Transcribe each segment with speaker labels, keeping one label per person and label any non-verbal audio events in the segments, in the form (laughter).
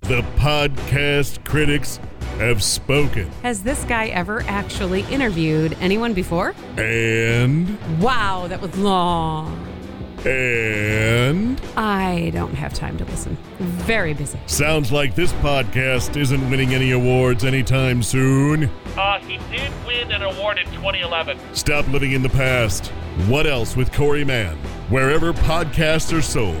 Speaker 1: The podcast critics have spoken.
Speaker 2: Has this guy ever actually interviewed anyone before?
Speaker 1: And,
Speaker 2: Wow, that was long.
Speaker 1: and,
Speaker 2: I don't have time to listen. Very busy.
Speaker 1: sounds like this podcast isn't winning any awards anytime soon.
Speaker 3: Uh, he did win an award in 2011.
Speaker 1: Stop living in the past. What else with Corey Mann? Wherever podcasts are sold,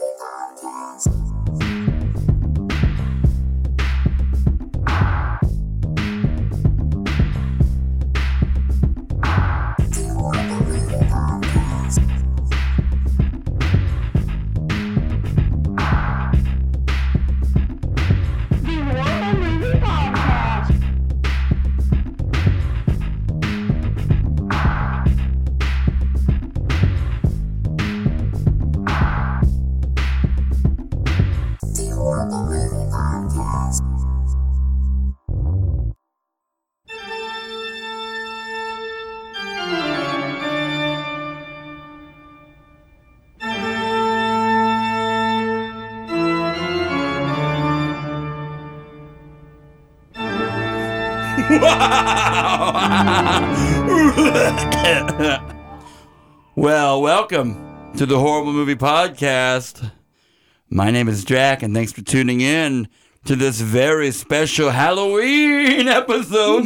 Speaker 4: (laughs) well, welcome to the Horrible Movie Podcast. My name is Jack, and thanks for tuning in to this very special Halloween episode. (laughs)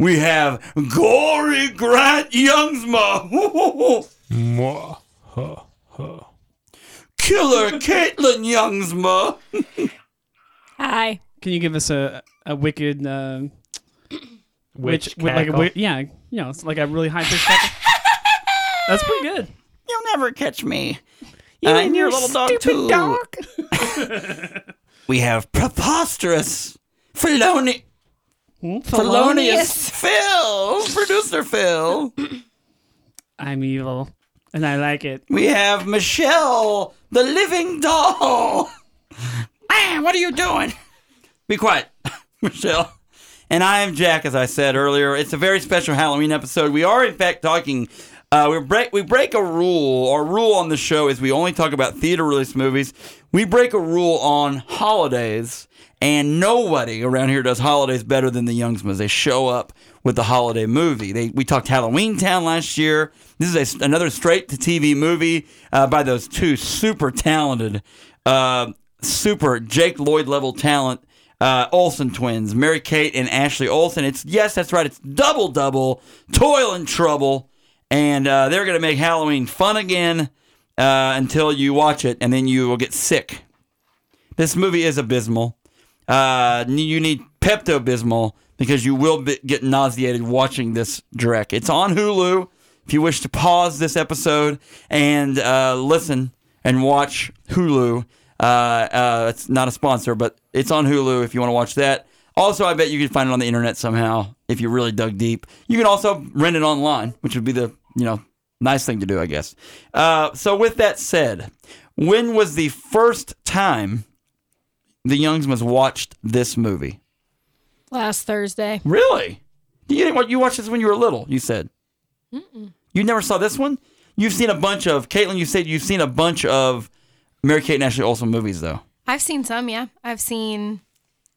Speaker 4: we have Gory Grant Youngsma, (laughs) Killer Caitlin Youngsma,
Speaker 2: Hi.
Speaker 5: Can you give us a a wicked uh,
Speaker 6: Witch
Speaker 5: with like a
Speaker 6: cackle.
Speaker 5: wi- yeah you know it's like a really high
Speaker 4: (laughs)
Speaker 5: pitched cackle. That's pretty good.
Speaker 4: You'll never catch me. You and, your little dog too. we have preposterous feloni-
Speaker 5: Hmm?
Speaker 4: felonious Phil, producer Phil.
Speaker 5: I'm evil and I like it.
Speaker 4: We have Michelle, the living doll. (laughs) Man, what are you doing? Be quiet, (laughs) Michelle. And I am Jack, as I said earlier. It's a very special Halloween episode. We are, in fact, talking. Uh, we break we break a rule. Our rule on the show is we only talk about theater release movies. We break a rule on holidays, and nobody around here does holidays better than the Youngsmas. They show up with the holiday movie. They we talked Halloween Town last year. This is a, another straight to TV movie uh, by those two super talented, uh, super Jake Lloyd level talent uh, Olsen twins, Mary Kate and Ashley Olsen. It's yes, that's right. It's double double, toil and trouble, and uh, they're gonna make Halloween fun again uh, until you watch it, and then you will get sick. This movie is abysmal. Uh, n- you need Pepto Bismol because you will be, get nauseated watching this Drek. It's on Hulu. If you wish to pause this episode and uh, listen and watch Hulu, uh, uh, it's not a sponsor, but it's on Hulu if you want to watch that. Also, I bet you can find it on the internet somehow if you really dug deep. You can also rent it online, which would be the you know nice thing to do, I guess. Uh, so, with that said, when was the first time the Youngsmas watched this movie.
Speaker 7: Last Thursday.
Speaker 4: Really? You didn't, wa- you watched this when you were little. You said you never saw this one. You've seen a bunch of Caitlin. You said you've seen a bunch of Mary Kate and Ashley Olsen movies, though.
Speaker 7: I've seen some, yeah. I've seen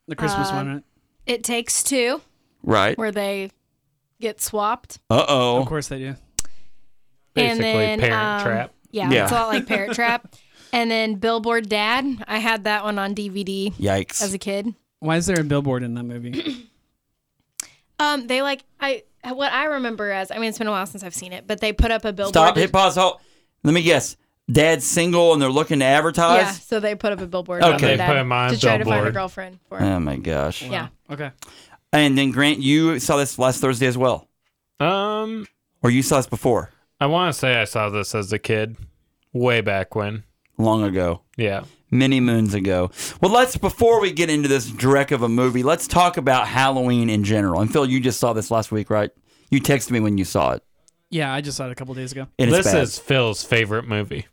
Speaker 5: The
Speaker 4: Uh,
Speaker 5: Christmas one, right?
Speaker 7: It Takes Two,
Speaker 4: Right.
Speaker 7: where they get swapped.
Speaker 4: Uh
Speaker 5: Of
Speaker 4: oh.
Speaker 5: course they do.
Speaker 7: and
Speaker 6: Basically,
Speaker 7: then,
Speaker 6: Parent
Speaker 7: um,
Speaker 6: Trap.
Speaker 7: Yeah,
Speaker 4: Yeah.
Speaker 7: it's a lot
Speaker 4: (laughs)
Speaker 7: like Parrot Trap. And then Billboard Dad. I had that one on DVD as
Speaker 4: Yikes.
Speaker 7: a kid.
Speaker 5: Why is there a billboard in that movie?
Speaker 4: (clears throat)
Speaker 7: Um, they like I what I remember as I mean it's been a while since I've seen it, but they put up a billboard.
Speaker 4: Stop. Hit pause. Halt. Let me guess. Dad's single and they're looking to
Speaker 7: Yeah,
Speaker 4: advertise.
Speaker 7: so they put up a billboard.
Speaker 4: Okay.
Speaker 7: for
Speaker 4: They
Speaker 7: dad
Speaker 6: put him on
Speaker 7: to try to find a
Speaker 6: billboard.
Speaker 7: girlfriend for.
Speaker 4: Oh my gosh.
Speaker 7: Yeah,
Speaker 5: Okay.
Speaker 4: And then Grant, you saw this last Thursday as well,
Speaker 6: Um,
Speaker 4: or you saw this before?
Speaker 6: I want to say I saw this as a kid, way back when.
Speaker 4: long ago,
Speaker 6: Yeah.
Speaker 4: many moons ago. Well, let's before we get into this direct of a movie, let's talk about Halloween in general. And Phil, you just saw this last week, right? You texted me when you saw it.
Speaker 5: Yeah, I just saw it a couple days ago.
Speaker 4: And it's
Speaker 6: This
Speaker 4: bad.
Speaker 6: is Phil's favorite movie.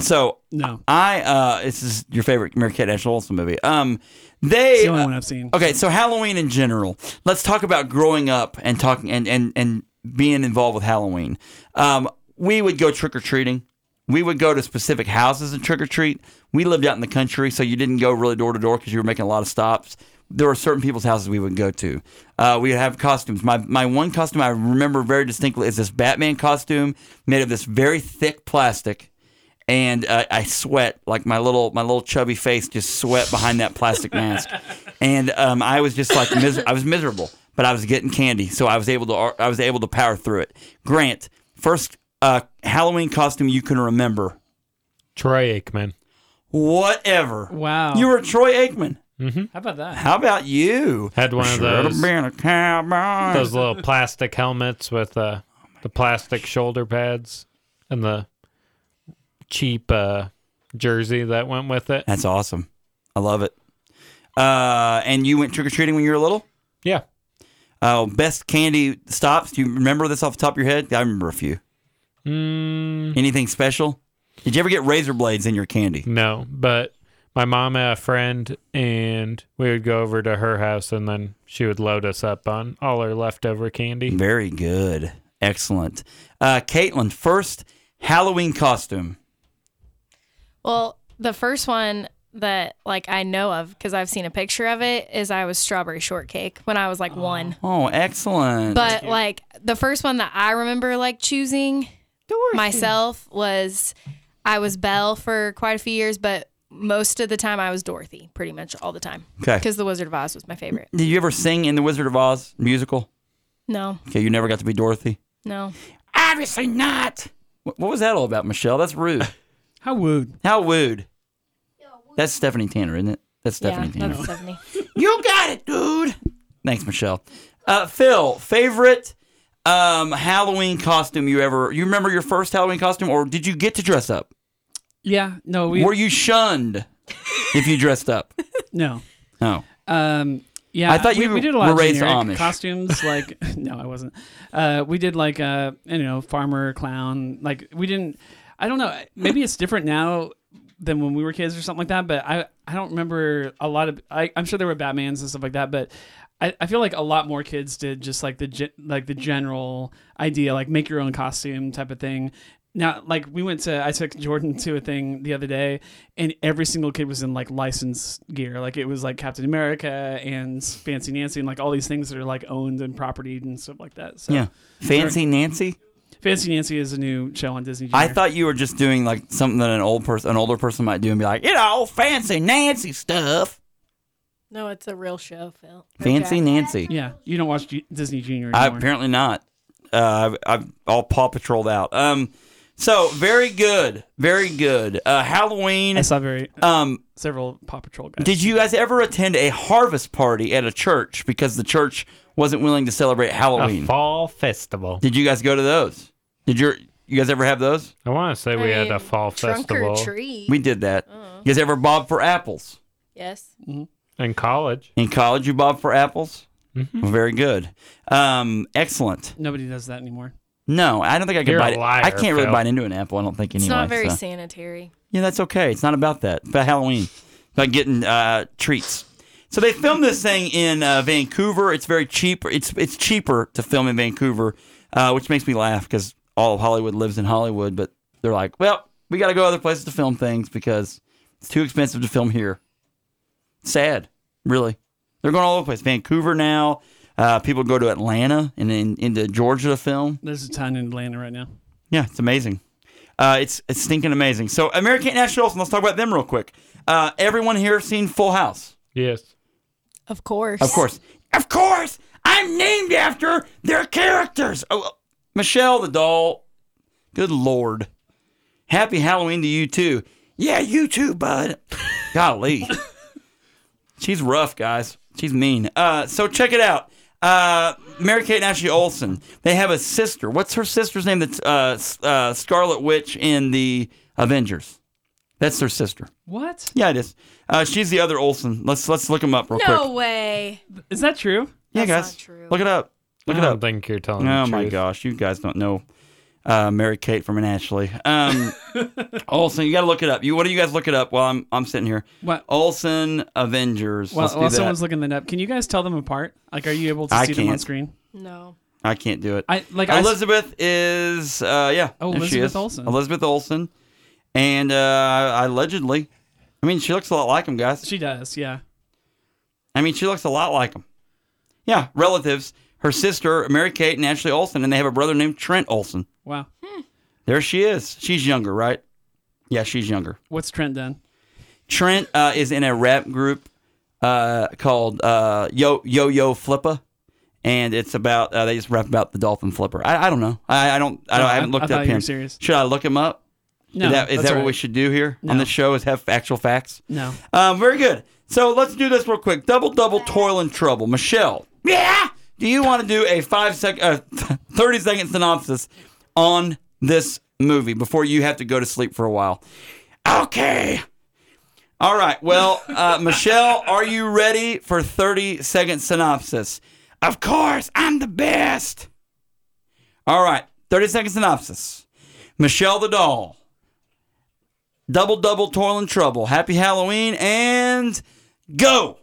Speaker 4: so
Speaker 5: No,
Speaker 4: I uh this is your favorite Mary Kate Ashley Olsen movie. Um they
Speaker 5: it's the only
Speaker 4: uh,
Speaker 5: one I've seen.
Speaker 4: Okay, so Halloween in general. Let's talk about growing up and talking and and and being involved with Halloween. Um, we would go trick or treating. We would go to specific houses and trick or treat. We lived out in the country, so you didn't go really door to door because you were making a lot of stops. There were certain people's houses we would go to. Uh, we would have costumes. My my one costume I remember very distinctly is this Batman costume made of this very thick plastic and uh, I sweat like my little my little chubby face just sweat behind that plastic mask, and um, I was just like mis- I was miserable, but I was getting candy, so I was able to I was able to power through it. Grant, first uh, Halloween costume you can remember,
Speaker 6: Troy Aikman.
Speaker 4: whatever.
Speaker 5: Wow.
Speaker 4: you were Troy Aikman.
Speaker 5: How about that?
Speaker 4: How about you?
Speaker 6: Had one of
Speaker 4: Should've
Speaker 6: those
Speaker 4: been a cowboy.
Speaker 6: those little (laughs) plastic helmets with uh, the plastic shoulder pads and the cheap uh, jersey that went with it.
Speaker 4: That's awesome. I love it. Uh, and you went trick or treating when you were little.
Speaker 6: Yeah.
Speaker 4: Uh, best candy stops. Do you remember this off the top of your head? I remember a few.
Speaker 6: Mm,
Speaker 4: Anything special? Did you ever get razor blades in your candy?
Speaker 6: no, but my mom had a friend, and we would go over to her house, and then she would load us up on all her leftover candy.
Speaker 4: Very good. Excellent. Uh, Caitlin, first Halloween costume.
Speaker 7: Well, the first one that like I know of because I've seen a picture of it is I was strawberry shortcake when I was like one.
Speaker 4: Oh, excellent.
Speaker 7: But like the first one that I remember like choosing myself was I was Belle for quite a few years, but most of the time I was Dorothy, pretty much all
Speaker 4: (laughs)
Speaker 7: the time.
Speaker 4: 'Kay.
Speaker 7: Because The Wizard of Oz was my favorite.
Speaker 4: Did you ever sing in The Wizard of Oz musical?
Speaker 7: No,
Speaker 4: Okay, you never got to be Dorothy?
Speaker 7: no.
Speaker 4: Obviously not. What, what was that all about, Michelle? That's
Speaker 7: (laughs)
Speaker 4: rude.
Speaker 5: How wooed.
Speaker 4: How wooed. That's Stephanie Tanner, isn't it? That's Stephanie
Speaker 7: yeah,
Speaker 4: Tanner.
Speaker 7: that's Stephanie.
Speaker 4: You got it, dude. Thanks, Michelle. Uh, Phil, favorite um, Halloween costume you ever? You remember your first Halloween costume, or did you get to dress up?
Speaker 5: Yeah. No, we
Speaker 4: Were you shunned if you dressed up? Oh,
Speaker 5: no.
Speaker 4: No.
Speaker 5: Um, yeah,
Speaker 4: I thought
Speaker 5: we,
Speaker 4: you
Speaker 5: we did a lot
Speaker 4: were
Speaker 5: of
Speaker 4: raised
Speaker 5: generic
Speaker 4: Amish. (laughs)
Speaker 5: costumes. Like, (laughs) no, I wasn't. Uh, we did like uh, I don't know, farmer clown. Like, we didn't. I don't know. Maybe it's different now than when we were kids or something like that. But I, I don't remember a lot of. I, I'm sure there were Batman's and stuff like that. But I, I feel like a lot more kids did just like the ge- like the general idea, like make your own costume type of thing. Now, like we went to, I took Jordan to a thing the other day, and every single kid was in like licensed gear. Like it was like Captain America and Fancy Nancy and like all these things that are like owned and propertied and stuff like that. So
Speaker 4: Yeah. Fancy Nancy.
Speaker 5: Fancy Nancy is a new show on Disney. Jr.
Speaker 4: I thought you were just doing like something that an old person, an older person might do, and be like, you know, fancy Nancy stuff.
Speaker 7: (laughs) No, it's a real show, Phil.
Speaker 4: Fancy Nancy.
Speaker 5: yeah, you don't watch G- Disney Junior
Speaker 4: I,
Speaker 5: anymore.
Speaker 4: apparently not. Uh, I've, I've all Paw Patrolled out. Um, so very good, very good. Uh, Halloween.
Speaker 5: I saw very
Speaker 4: Um,
Speaker 5: several Paw Patrol guys.
Speaker 4: Did you guys ever attend a harvest party at a church because the church wasn't willing to celebrate
Speaker 6: A
Speaker 4: Halloween?
Speaker 6: fall festival.
Speaker 4: Did you guys go to those? Did your you guys ever have those?
Speaker 6: I want to say we had a fall
Speaker 7: trunk
Speaker 6: festival
Speaker 7: or treat.
Speaker 4: We did that.
Speaker 7: Uh-huh.
Speaker 4: You guys ever bob for apples?
Speaker 7: yes.
Speaker 6: in college.
Speaker 4: In college, you bob for apples.
Speaker 6: Mm-hmm.
Speaker 4: Well, very good. Um, excellent.
Speaker 5: Nobody does that anymore.
Speaker 4: No, I don't think I could
Speaker 6: You're a
Speaker 4: bite. it.
Speaker 6: liar,
Speaker 4: I can't really
Speaker 6: Phil.
Speaker 4: bite into an apple. I don't think anyway.
Speaker 7: It's not very
Speaker 4: so-
Speaker 7: sanitary.
Speaker 4: Yeah, that's okay. It's not about that. It's about Halloween. It's about getting uh, treats. So they filmed this thing in uh, Vancouver. It's very cheap. It's it's cheaper to film in Vancouver, uh, which makes me laugh because all of Hollywood lives in Hollywood. But they're like, well, we got to go other places to film things because it's too expensive to film here. Sad, really. They're going all over the place. Vancouver now. Uh, people go to Atlanta and then into Georgia to film.
Speaker 5: There's a ton in Atlanta right now.
Speaker 4: Yeah, it's amazing. Uh, it's it's stinking amazing. So American National Olsen, let's talk about them real quick. Uh, everyone here seen Full House,
Speaker 6: Yes.
Speaker 7: Of course.
Speaker 4: of course. Of course, I'm named after their characters. Oh, uh, Michelle the doll. Good lord. Happy Halloween to you too. Yeah, you too, bud. (laughs) Golly, she's rough, guys. She's mean. Uh, so check it out. Uh, Mary Kate and Ashley Olsen. They have a sister. What's her sister's name? That's uh, S- uh, Scarlet Witch in the Avengers. That's their sister.
Speaker 5: What?
Speaker 4: Yeah, it is. Uh, she's the other Olsen. Let's let's look them up real
Speaker 7: No
Speaker 4: quick.
Speaker 7: way.
Speaker 5: Is that true?
Speaker 4: Yeah,
Speaker 7: That's
Speaker 4: guys,
Speaker 7: not true.
Speaker 4: look it up. Look
Speaker 6: I
Speaker 4: it
Speaker 6: don't
Speaker 4: up.
Speaker 6: think you're telling
Speaker 4: Oh
Speaker 6: the
Speaker 4: my
Speaker 6: truth.
Speaker 4: gosh, you guys don't know uh, Mary Kate from an Ashley.
Speaker 5: (laughs)
Speaker 4: Um, Olsen, you got to look it up. You, what do you guys look it up while I'm I'm sitting here?
Speaker 5: What?
Speaker 4: Olsen Avengers.
Speaker 5: While,
Speaker 4: Let's do
Speaker 5: while
Speaker 4: Oh, that.
Speaker 5: someone's looking that up, can you guys tell them apart? Like, are you able to
Speaker 4: I
Speaker 5: see them on
Speaker 4: can't.
Speaker 5: screen?
Speaker 7: No.
Speaker 4: I can't do it.
Speaker 5: I like. I, s-
Speaker 4: Elizabeth is uh, yeah.
Speaker 5: Oh,
Speaker 4: there she
Speaker 5: Elizabeth
Speaker 4: is.
Speaker 5: Olsen.
Speaker 4: Elizabeth Olsen, and uh, allegedly, I mean, she looks a lot like him, guys.
Speaker 5: she does. Yeah.
Speaker 4: I mean, she looks a lot like him. Yeah, relatives. Her sister, Mary Kate and Ashley Olsen, and they have a brother named Trent Olsen.
Speaker 5: Wow.
Speaker 4: There she is. She's younger, right? Yeah, she's younger.
Speaker 5: What's Trent done?
Speaker 4: Trent uh, is in a rap group uh, called uh, Yo Yo Yo Flippa, and it's about uh, they just rap about the dolphin flipper. I, I don't know. I, I don't. I, don't, I haven't looked
Speaker 5: I
Speaker 4: up
Speaker 5: thought you were
Speaker 4: him.
Speaker 5: serious.
Speaker 4: Should I look him up?
Speaker 5: No.
Speaker 4: is that, is
Speaker 5: that's
Speaker 4: that
Speaker 5: all
Speaker 4: what we
Speaker 5: right.
Speaker 4: should do here on
Speaker 5: No.
Speaker 4: the show? Is have actual facts?
Speaker 5: No.
Speaker 4: Um, very good. So let's do this real quick. Double, double, toil and trouble. Michelle. Yeah. Do you want to do a five second, uh, (laughs) thirty second synopsis on this movie before you have to go to sleep for a while? Okay. All right. Well, uh, Michelle, are you ready for thirty second synopsis? Of course, I'm the best. All right. Thirty second synopsis. Michelle the doll. Double, double, toil and trouble. Happy Halloween and go.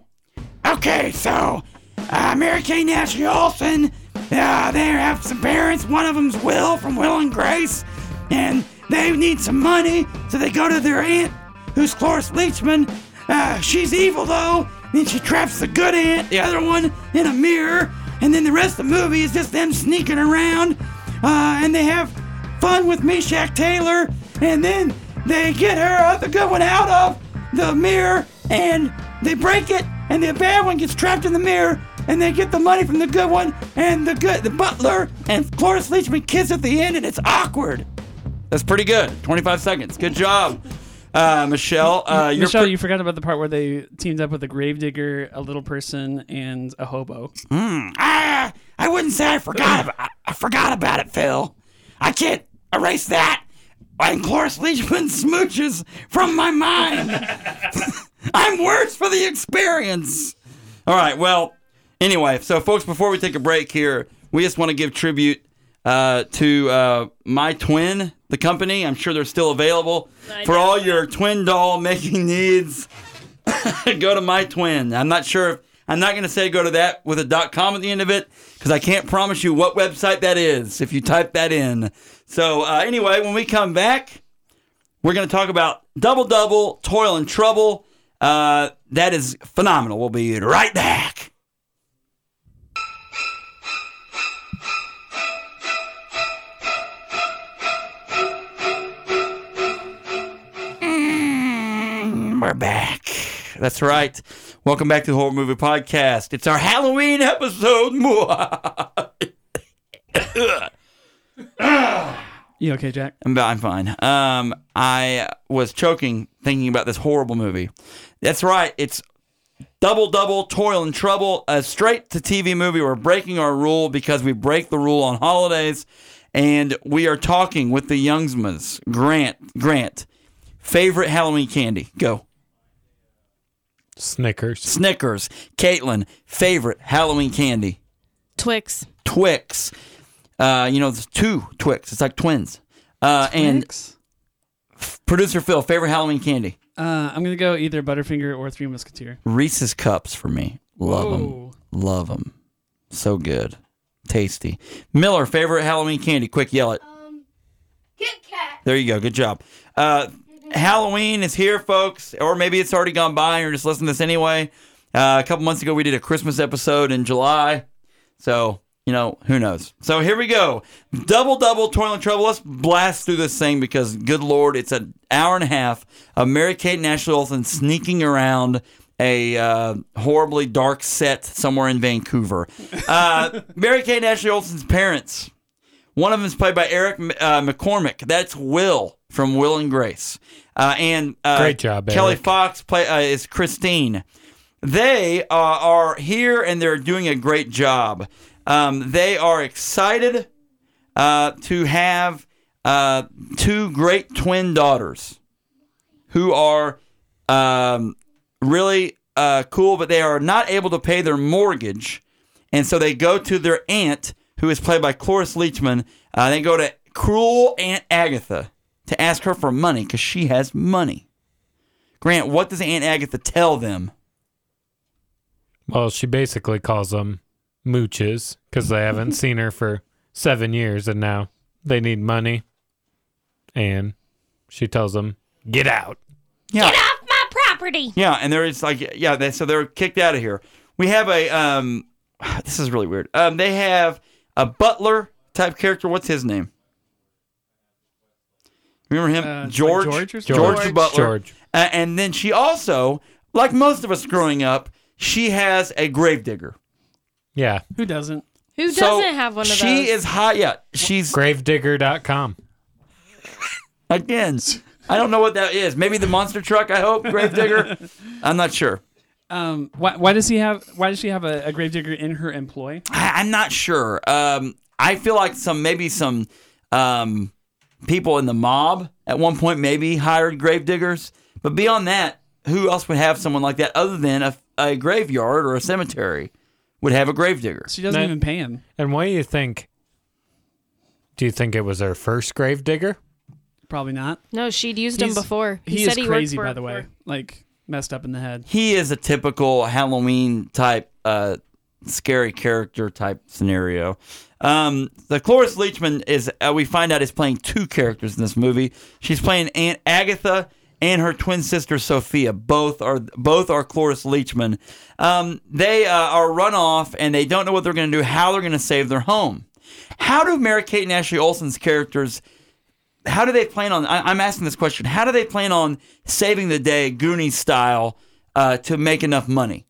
Speaker 4: Okay, so uh, Mary Kay and Ashley Olsen, uh, they have some parents. One of them's Will from Will and Grace, and they need some money, so they go to their aunt, who's Cloris Leachman. Uh, she's evil though, then she traps the good aunt, the other one, in a mirror, and then the rest of the movie is just them sneaking around, uh, and they have fun with Meshack Taylor, and then they get her uh, the good one out of the mirror, and they break it, and the bad one gets trapped in the mirror, and they get the money from the good one, and the good the butler and Cloris Leachman kiss at the end, and it's awkward. That's pretty good. 25 seconds. Good job, uh, Michelle. Uh, you're
Speaker 5: Michelle,
Speaker 4: pre-
Speaker 5: you forgot about the part where they teamed up with a gravedigger, a little person, and a hobo.
Speaker 4: Ah, I wouldn't say I forgot about I, I forgot about it, Phil. I can't erase that. And Cloris Leachman smooches from my mind. (laughs) I'm words for the experience. All right, well, anyway, so folks, before we take a break here, we just want to give tribute uh, to uh, my twin, the company. I'm sure they're still available for all your twin doll making needs. (laughs) go to my twin. I'm not sure if I'm not going to say go to that with a .com at the end of it because I can't promise you what website that is if you type that in. So uh, anyway, when we come back, we're going to talk about double double toil and trouble. Uh, that is phenomenal. We'll be right back. Mm, We're back. That's right. Welcome back to the Horror Movie Podcast. It's our Halloween episode. (laughs)
Speaker 5: You okay, Jack?
Speaker 4: I'm, I'm fine. Um, I was choking thinking about this horrible movie. That's right. It's Double Double Toil and Trouble, a straight to TV movie. We're breaking our rule because we break the rule on holidays, and we are talking with the Youngsmans. Grant, Grant, favorite Halloween candy? Go.
Speaker 6: Snickers.
Speaker 4: Snickers. Caitlin, favorite Halloween candy?
Speaker 7: Twix.
Speaker 4: Twix. Uh, you know, there's two Twix. It's like twins. Uh, and
Speaker 5: Thanks.
Speaker 4: producer Phil, favorite Halloween candy?
Speaker 5: Uh, I'm gonna go either Butterfinger or Three Musketeer.
Speaker 4: Reese's cups for me. Love them.
Speaker 5: Whoa.
Speaker 4: Love them. So good. Tasty. Miller, favorite Halloween candy? Quick, yell it.
Speaker 8: Um, Kit Kat.
Speaker 4: There you go. Good job. Uh, Halloween is here, folks. Or maybe it's already gone by and you're just listening to this anyway. Uh, a couple months ago, we did a Christmas episode in July. So, you know, who knows? So here we go. Double, double, toil and trouble. Let's blast through this thing because, good Lord, it's an hour and a half of Mary Kate and Ashley Olsen sneaking around a uh, horribly dark set somewhere in Vancouver. Uh, (laughs) Mary Kate and Ashley Olsen's parents. One of them is played by Eric uh, McCormick. That's Will from Will and Grace. Uh, and uh,
Speaker 6: Great job,
Speaker 4: Kelly
Speaker 6: Eric.
Speaker 4: Fox play, uh, is Christine. They uh, are here and they're doing a great job. Um, they are excited uh, to have uh, two great twin daughters who are um, really uh, cool, but they are not able to pay their mortgage. And so they go to their aunt, who is played by Cloris Leachman. Uh, they go to cruel Aunt Agatha to ask her for money because she has money. Grant, what does Aunt Agatha tell them?
Speaker 6: Well, she basically calls them mooches because they haven't seen her for seven years and now they need money. And she tells them, get out.
Speaker 4: Yeah.
Speaker 8: my property.
Speaker 4: Yeah, and there is like yeah, they, so they're kicked out of here. We have a um, (sighs) this is really weird. Um, they have a butler type character. What's his name? Remember him,
Speaker 5: Uh, it's like
Speaker 4: George?
Speaker 5: George or something?
Speaker 4: George the
Speaker 6: George.
Speaker 4: butler.
Speaker 6: George.
Speaker 4: Uh, and then she also, like most of us growing up, she has a gravedigger.
Speaker 6: Yeah.
Speaker 5: Who doesn't?
Speaker 7: Who doesn't
Speaker 4: So
Speaker 7: have one of
Speaker 4: she
Speaker 7: those?
Speaker 4: is high. Yeah, she's
Speaker 6: Gravedigger.com.
Speaker 4: again. I don't know what that is. Maybe the monster truck. I hope
Speaker 5: (laughs)
Speaker 4: gravedigger. I'm not sure.
Speaker 5: Um, why, why does he have? Why does she have a, a gravedigger in her employ?
Speaker 4: I, I'm not sure. Um, I feel like some maybe some um, people in the mob at one point maybe hired gravediggers, but beyond that, who else would have someone like that other than a, a graveyard or a cemetery would have a gravedigger?
Speaker 5: She doesn't
Speaker 6: No.
Speaker 5: even pay him.
Speaker 6: And what do you think? Do you think it was her first gravedigger?
Speaker 5: Probably not.
Speaker 7: no, she'd used them
Speaker 5: He's-
Speaker 7: before. He,
Speaker 5: He,
Speaker 7: said
Speaker 5: is
Speaker 7: he
Speaker 5: crazy,
Speaker 7: worked for
Speaker 5: by the
Speaker 7: her
Speaker 5: way.
Speaker 7: for-
Speaker 5: Like messed up in the head.
Speaker 4: He is a typical Halloween type, uh, scary character type scenario. Um, the Cloris Leachman is, uh, we find out, is playing two characters in this movie. She's playing Aunt Agatha and her twin sister Sophia. Both are both are Cloris Leachman. Um, they uh, are run off and they don't know what they're going to do, how they're going to save their home. How do Mary Kate and Ashley Olsen's characters? how do they plan on? I, I'm asking this question. How do they plan on saving the day, Goonies style, uh, to make enough money?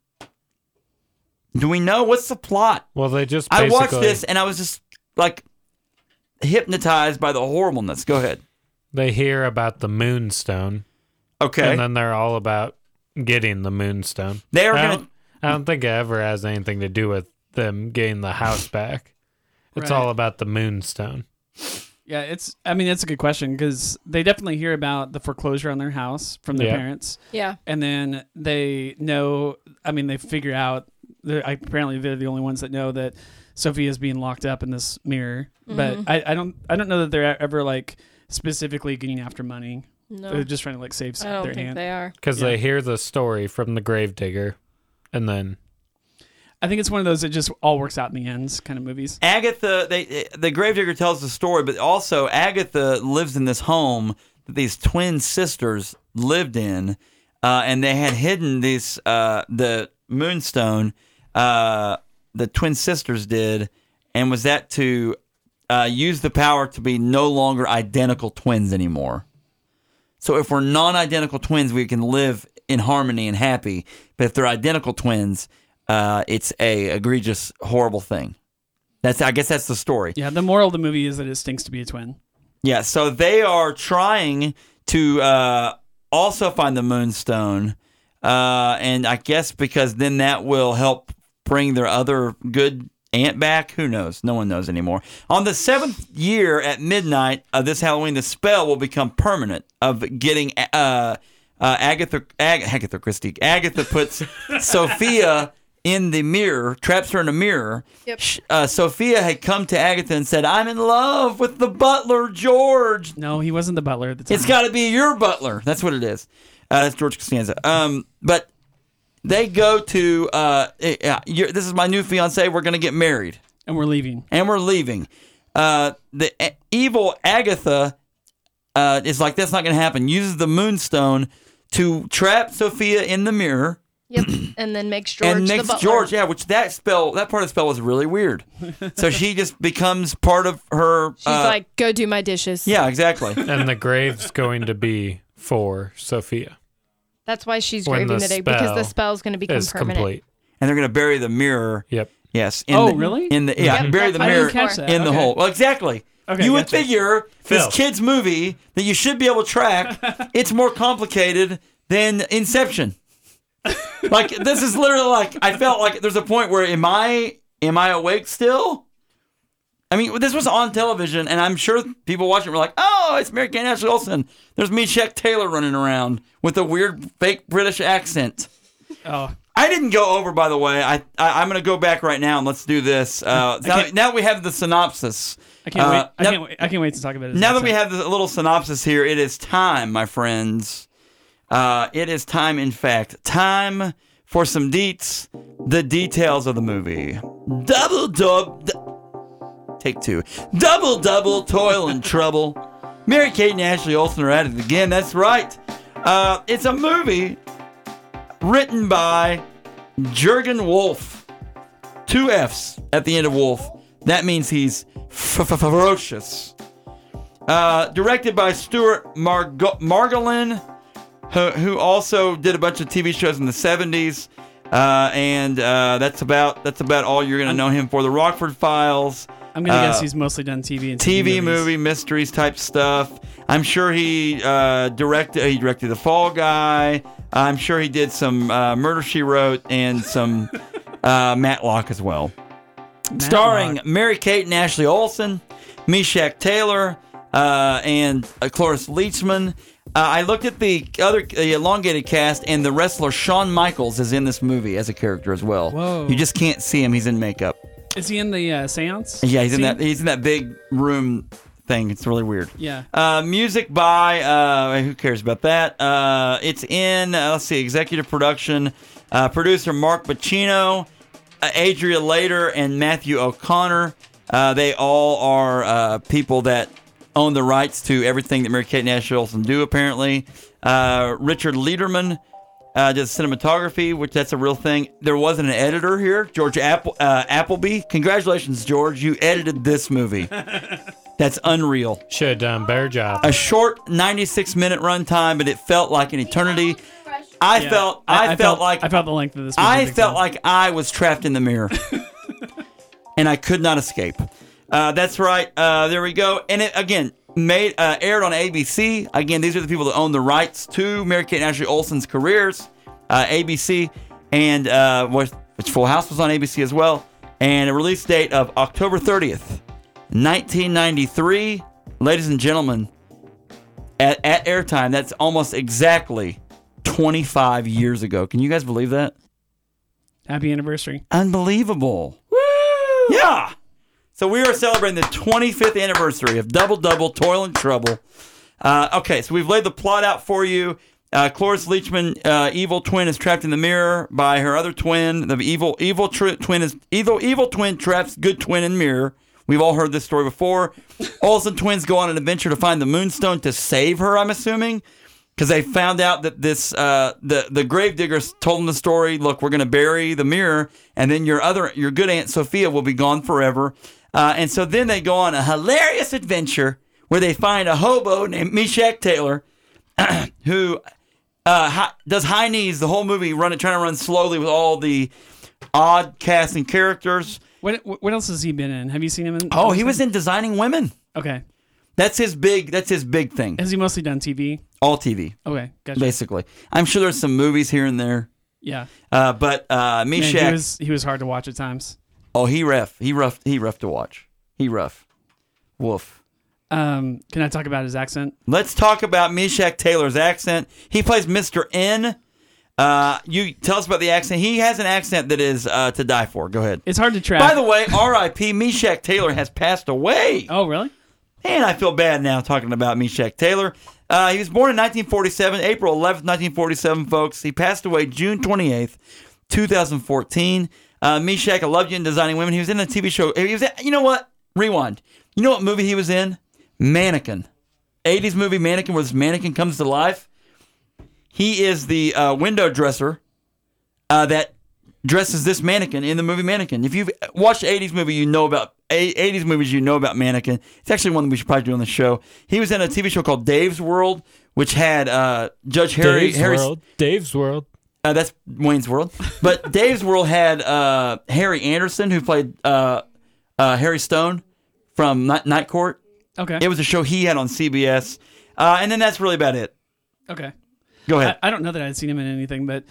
Speaker 4: Do we know what's the plot?
Speaker 6: Well, they just
Speaker 4: I
Speaker 6: basically,
Speaker 4: watched this and I was just like hypnotized by the horribleness. Go ahead.
Speaker 6: They hear about the moonstone,
Speaker 4: Okay.
Speaker 6: and then they're all about getting the moonstone.
Speaker 4: They are
Speaker 6: I
Speaker 4: gonna-
Speaker 6: don't, I don't think it ever has anything to do with them getting the house back. It's
Speaker 5: Right.
Speaker 6: all about the moonstone.
Speaker 5: Yeah, it's. I mean, that's a good question because they definitely hear about the foreclosure on their house from their
Speaker 6: Yeah.
Speaker 5: parents,
Speaker 7: Yeah.
Speaker 5: and then they know. I mean, they figure out. They're, apparently, they're the only ones that know that Sophia is being locked up in this mirror.
Speaker 7: Mm-hmm.
Speaker 5: But I, I don't. I don't know that they're e-, ever like specifically getting after money.
Speaker 7: No.
Speaker 5: They're just trying to like save
Speaker 7: I don't
Speaker 5: their
Speaker 7: think
Speaker 5: hand.
Speaker 7: they are.
Speaker 6: Because they hear the story from the gravedigger, and then
Speaker 5: I think it's one of those that just all works out in the ends kind of movies.
Speaker 4: Agatha, they, the gravedigger tells the story, but also Agatha lives in this home that these twin sisters lived in, uh, and they had hidden these uh, the moonstone. Uh, the twin sisters did, and was that to uh, use the power to be no longer identical twins anymore. So if we're non-identical twins, we can live in harmony and happy. But if they're identical twins, uh, it's a egregious, horrible thing. That's I guess that's the story.
Speaker 5: Yeah, the moral of the movie is that it stinks to be a twin.
Speaker 4: Yeah, so they are trying to uh, also find the moonstone, uh, and I guess because then that will help bring their other good aunt back. Who knows? No one knows anymore. On the seventh year at midnight of this Halloween, the spell will become permanent of getting. Uh, uh, Agatha, Ag- Agatha Christie, Agatha puts Sophia in the mirror, traps her in a mirror.
Speaker 7: Yep.
Speaker 4: Sh- Uh, Sophia had come to Agatha and said, "I'm in love with the butler, George.
Speaker 5: No, he wasn't the butler at the time.
Speaker 4: It's got to be your butler. That's what it is. Uh, that's George Costanza. Um, but they go to uh, eh, yeah, you're, this is my new fiance. We're gonna get married,
Speaker 5: and we're leaving.
Speaker 4: and we're leaving. Uh, the a- evil Agatha uh, is like, that's not gonna happen. Uses the moonstone to trap Sophia in the mirror.
Speaker 7: Yep. (clears throat) and then makes George
Speaker 4: and
Speaker 7: the
Speaker 4: next
Speaker 7: butler.
Speaker 4: George, yeah, which that spell, that part of the spell was really weird.
Speaker 7: (laughs)
Speaker 4: so she just becomes part of her.
Speaker 7: She's like, go do my dishes.
Speaker 4: uh, yeah, exactly.
Speaker 6: and the grave's going to be for Sophia
Speaker 7: That's why she's
Speaker 6: When
Speaker 7: grieving
Speaker 6: the
Speaker 7: today because the
Speaker 6: spell
Speaker 7: spell's going to become
Speaker 6: is
Speaker 7: permanent.
Speaker 6: complete.
Speaker 4: and they're gonna bury the mirror.
Speaker 6: Yep.
Speaker 4: Yes. In
Speaker 5: Oh,
Speaker 4: the,
Speaker 5: really?
Speaker 4: In the yeah,
Speaker 7: Yep,
Speaker 4: bury
Speaker 7: that's
Speaker 4: the
Speaker 7: what
Speaker 4: mirror
Speaker 7: I didn't catch
Speaker 5: that.
Speaker 4: in the
Speaker 5: Okay.
Speaker 4: hole. Well, exactly.
Speaker 5: Okay,
Speaker 4: you would
Speaker 5: gotcha.
Speaker 4: figure
Speaker 6: Phil.
Speaker 4: this kids movie that you should be able to track. it's more complicated than Inception. like this is literally like I felt like there's a point where am I am I awake still? I mean, this was on television, and I'm sure people watching were like, "Oh, it's Mary Kate and Ashley Olsen." There's me, Chuck Taylor, running around with a weird fake British accent.
Speaker 5: Oh,
Speaker 4: I didn't go over, by the way. I, I I'm gonna go back right now and let's do this. Uh, now,
Speaker 5: can't-
Speaker 4: now we have the synopsis.
Speaker 5: I can't
Speaker 4: Uh,
Speaker 5: wait. I
Speaker 4: now-
Speaker 5: can't wait. I can't wait to talk about it.
Speaker 4: now that we have the little synopsis here, it is time, my friends. Uh, it is time, in fact, time for some deets, the details of the movie. Double dub, du- take two. Double double toil and trouble. Mary Kate and Ashley Olsen are at it again. That's right. Uh, it's a movie written by Jurgen Wolf. Two F's at the end of Wolf. That means he's f- f- ferocious. Uh, directed by Stuart Margo- Margolin, who, who also did a bunch of TV shows in the 70s. Uh, and uh, that's about that's about all you're gonna know him for. The Rockford Files,
Speaker 5: I'm gonna
Speaker 4: uh,
Speaker 5: guess he's mostly done TV and
Speaker 4: TV
Speaker 5: movies.
Speaker 4: movie mysteries type stuff. I'm sure he uh, directed he directed The Fall Guy. I'm sure he did some uh, Murder She Wrote and some uh, Matlock as well. Starring
Speaker 5: Matlock.
Speaker 4: Mary Kate and Ashley Olsen, Meshack Taylor, uh, and uh, Cloris Leachman. Uh, I looked at the other the elongated cast, and the wrestler Shawn Michaels is in this movie as a character as well.
Speaker 5: Whoa.
Speaker 4: You just can't see him; he's in makeup.
Speaker 5: Is he in the uh, seance?
Speaker 4: Yeah, he's in
Speaker 5: scene?
Speaker 4: that he's in that big room thing. It's really weird.
Speaker 5: Yeah.
Speaker 4: Uh, music by uh, who cares about that? Uh, it's in uh, let's see, executive production, uh, producer Mark Pacino, uh, Adria Later, and Matthew O'Connor. Uh, they all are uh, people that own the rights to everything that Mary Kate and Ashley Olsen do. Apparently, uh, Richard Lederman. Uh, did cinematography, which that's a real thing. There wasn't an editor here, George Apple, uh, Appleby. Congratulations, George! You edited this movie. That's unreal.
Speaker 6: Should have done better job.
Speaker 4: A short 96 minute runtime, but it felt like an eternity. I
Speaker 5: Yeah.
Speaker 4: felt, I, felt, like,
Speaker 5: I felt the length of this. movie
Speaker 4: I
Speaker 5: big
Speaker 4: felt
Speaker 5: time.
Speaker 4: like I was trapped in the mirror, and I could not escape. Uh, that's right. Uh, there we go. And it again made uh, aired on ABC. Again, these are the people that own the rights to Mary Kate and Ashley Olsen's careers. Uh, ABC and uh, what- which Full House was on ABC as well. And a release date of October 30th, 1993. Ladies and gentlemen, at, at airtime, that's almost exactly 25 years ago. Can you guys believe that?
Speaker 5: happy anniversary.
Speaker 4: Unbelievable. Woo! Yeah. So we are celebrating the 25th anniversary of Double Double Toil and Trouble. Uh, okay, so we've laid the plot out for you. Uh, Cloris Leachman, uh, evil twin, is trapped in the mirror by her other twin. The evil evil tri- twin is evil evil twin traps good twin in mirror. We've all heard this story before. Olsen twins go on an adventure to find the moonstone to save her. I'm assuming because they found out that this uh, the the gravediggers told them the story. Look, we're going to bury the mirror, and then your other your good aunt Sophia will be gone forever. Uh, and so then they go on a hilarious adventure where they find a hobo named Meshack Taylor, (clears throat) who uh, hi, does high knees the whole movie, running trying to run slowly with all the odd casting characters.
Speaker 5: What what else has he been in? Have you seen him in?
Speaker 4: Oh, he was in Designing Women.
Speaker 5: Okay.
Speaker 4: That's his big. That's his big thing.
Speaker 5: Has he mostly done TV?
Speaker 4: All TV,
Speaker 5: Okay, gotcha.
Speaker 4: basically. I'm sure there's some movies here and there.
Speaker 5: Yeah.
Speaker 4: Uh, but uh,
Speaker 5: Man,
Speaker 4: Meshack,
Speaker 5: he was he was hard to watch at times.
Speaker 4: oh, he rough, he rough, he rough to watch. He rough. Woof.
Speaker 5: Um, can I talk about his accent?
Speaker 4: Let's talk about Meshack Taylor's accent. He plays Mr. N. Uh, you tell us about the accent. He has an accent that is uh, to die for. Go ahead.
Speaker 5: It's hard to track.
Speaker 4: By the way, R.I.P. Meshack Taylor has passed away.
Speaker 5: oh really?
Speaker 4: And I feel bad now talking about Meshack Taylor. Uh, he was born in 1947, April 11th, 1947, folks. He passed away June 28th, 2014. Uh, Meshack, I loved you in Designing Women. He was in a TV show. He was, you know what? Rewind. You know what movie he was in? Mannequin. 80s movie Mannequin, where this mannequin comes to life. He is the uh, window dresser uh, that dresses this mannequin in the movie Mannequin. If you've watched the 80s movie, you know about a- 80s movies, you know about Mannequin. It's actually one that we should probably do on the show. He was in a TV show called Dave's World, which had uh, Judge Harry.
Speaker 6: Dave's
Speaker 4: Harry
Speaker 6: world. Dave's world.
Speaker 4: Uh, that's Wayne's World.
Speaker 6: (laughs)
Speaker 4: But Dave's World had uh, Harry Anderson, who played uh, uh, Harry Stone from Night, Night Court.
Speaker 5: Okay.
Speaker 4: It was a show he had on CBS. Uh, and then that's really about it.
Speaker 5: okay.
Speaker 4: Go ahead.
Speaker 5: I, I don't know that I'd seen him in anything, but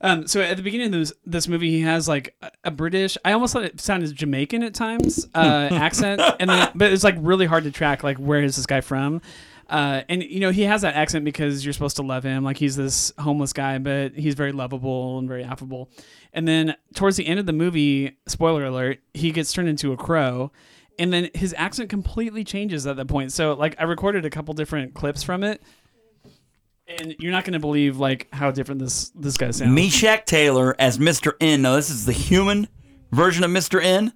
Speaker 5: Um, so at the beginning of this, this movie, he has like a, a British. I almost thought it sounded Jamaican at times
Speaker 4: Hmm. (laughs)
Speaker 5: uh, accent, and then, but it's like really hard to track. Like, where is this guy from? Uh, and you know he has that accent because you're supposed to love him. Like he's this homeless guy, but he's very lovable and very affable. And then towards the end of the movie, spoiler alert, he gets turned into a crow, and then his accent completely changes at that point. So like I recorded a couple different clips from it. And you're not going to believe like how different this this guy sounds.
Speaker 4: Meshack Taylor as Mr. N. Now, this is the human version of Mr. N.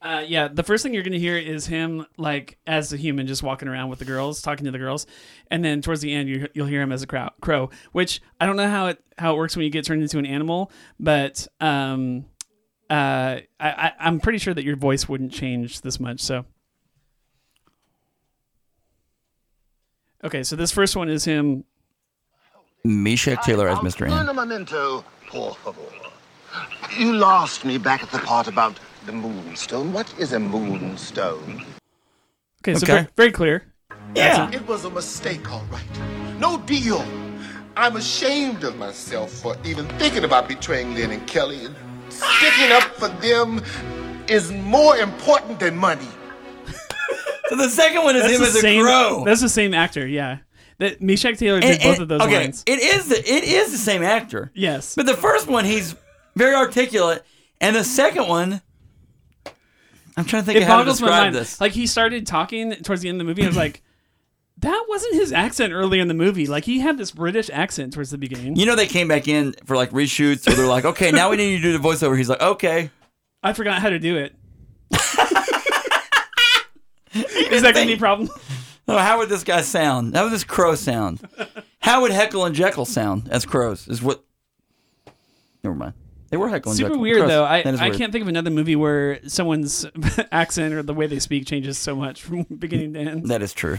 Speaker 5: Uh, yeah, the first thing you're gonna hear is him like as a human, just walking around with the girls, talking to the girls, and then towards the end you, you'll hear him as a crow, crow. Which I don't know how it how it works when you get turned into an animal, but um, uh, I, I I'm pretty sure that your voice wouldn't change this much. So, okay, so this first one is him.
Speaker 4: Meshack Taylor as Mr.
Speaker 9: Turn
Speaker 4: N.
Speaker 9: a memento, por favor. You lost me back at the part about the moonstone. What is a moonstone?
Speaker 5: Okay, so
Speaker 4: Okay.
Speaker 5: Very, very clear.
Speaker 4: Yeah.
Speaker 9: It was a mistake, all right. No deal. I'm ashamed of myself for even thinking about betraying Lynn and Kelly. And sticking up for them is more important than money.
Speaker 4: So the second one is him
Speaker 5: the
Speaker 4: as a
Speaker 5: same,
Speaker 4: crow.
Speaker 5: That's the same actor. Yeah, that Meshack Taylor did
Speaker 4: And-
Speaker 5: both
Speaker 4: and-
Speaker 5: of those
Speaker 4: okay,
Speaker 5: lines.
Speaker 4: It is the it is the same actor.
Speaker 5: Yes.
Speaker 4: But the first one he's very articulate, and the second one, I'm trying to think
Speaker 5: it
Speaker 4: of how to
Speaker 5: boggles my
Speaker 4: describe
Speaker 5: mind.
Speaker 4: this.
Speaker 5: Like he started talking towards the end of the movie. I was like, that wasn't his accent earlier in the movie. Like he had this British accent towards the beginning.
Speaker 4: you know, they came back in for like reshoots, so they're like, okay, now we need you to do the voiceover. He's like, okay.
Speaker 5: I forgot how to
Speaker 4: (laughs)
Speaker 5: do it. Is that gonna be
Speaker 4: (laughs)
Speaker 5: a problem?
Speaker 4: So Oh, how would this guy sound? How would this crow sound? How would Heckle and Jekyll sound as crows? Is what? Never mind. They were Heckle and
Speaker 5: Super
Speaker 4: Jekyll.
Speaker 5: weird
Speaker 4: Crows.
Speaker 5: though. I,
Speaker 4: That is
Speaker 5: I
Speaker 4: weird.
Speaker 5: can't think of another movie where someone's (laughs) accent or the way they speak changes so much from (laughs) beginning to end.
Speaker 4: That is
Speaker 5: (laughs)
Speaker 4: true.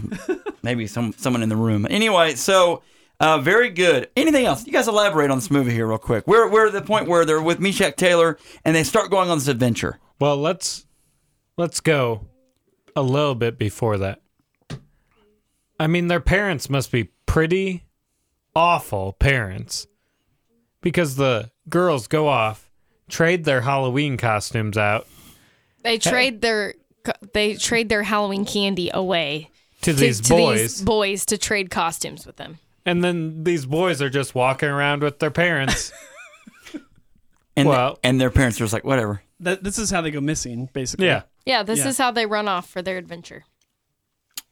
Speaker 4: Maybe some someone in the room. Anyway, so uh, very good. Anything else? You guys elaborate on this movie here real quick. We're we're at the point where they're with Meshack Taylor and they start going on this adventure.
Speaker 6: Well, let's let's go a little bit before that. I mean, their parents must be pretty awful parents because the girls go off, trade their Halloween costumes out
Speaker 7: They trade their they trade their Halloween candy away
Speaker 6: to,
Speaker 7: to,
Speaker 6: these
Speaker 7: to
Speaker 6: boys,
Speaker 7: these boys to trade costumes with them.
Speaker 6: and then these boys are just walking around with their
Speaker 7: (laughs)
Speaker 6: parents.
Speaker 4: And
Speaker 6: Well-
Speaker 4: and their parents are just like whatever.
Speaker 5: That, this is how they go missing, basically.
Speaker 6: yeah,
Speaker 7: Yeah, this
Speaker 5: Yeah.
Speaker 7: is how they run off for their adventure.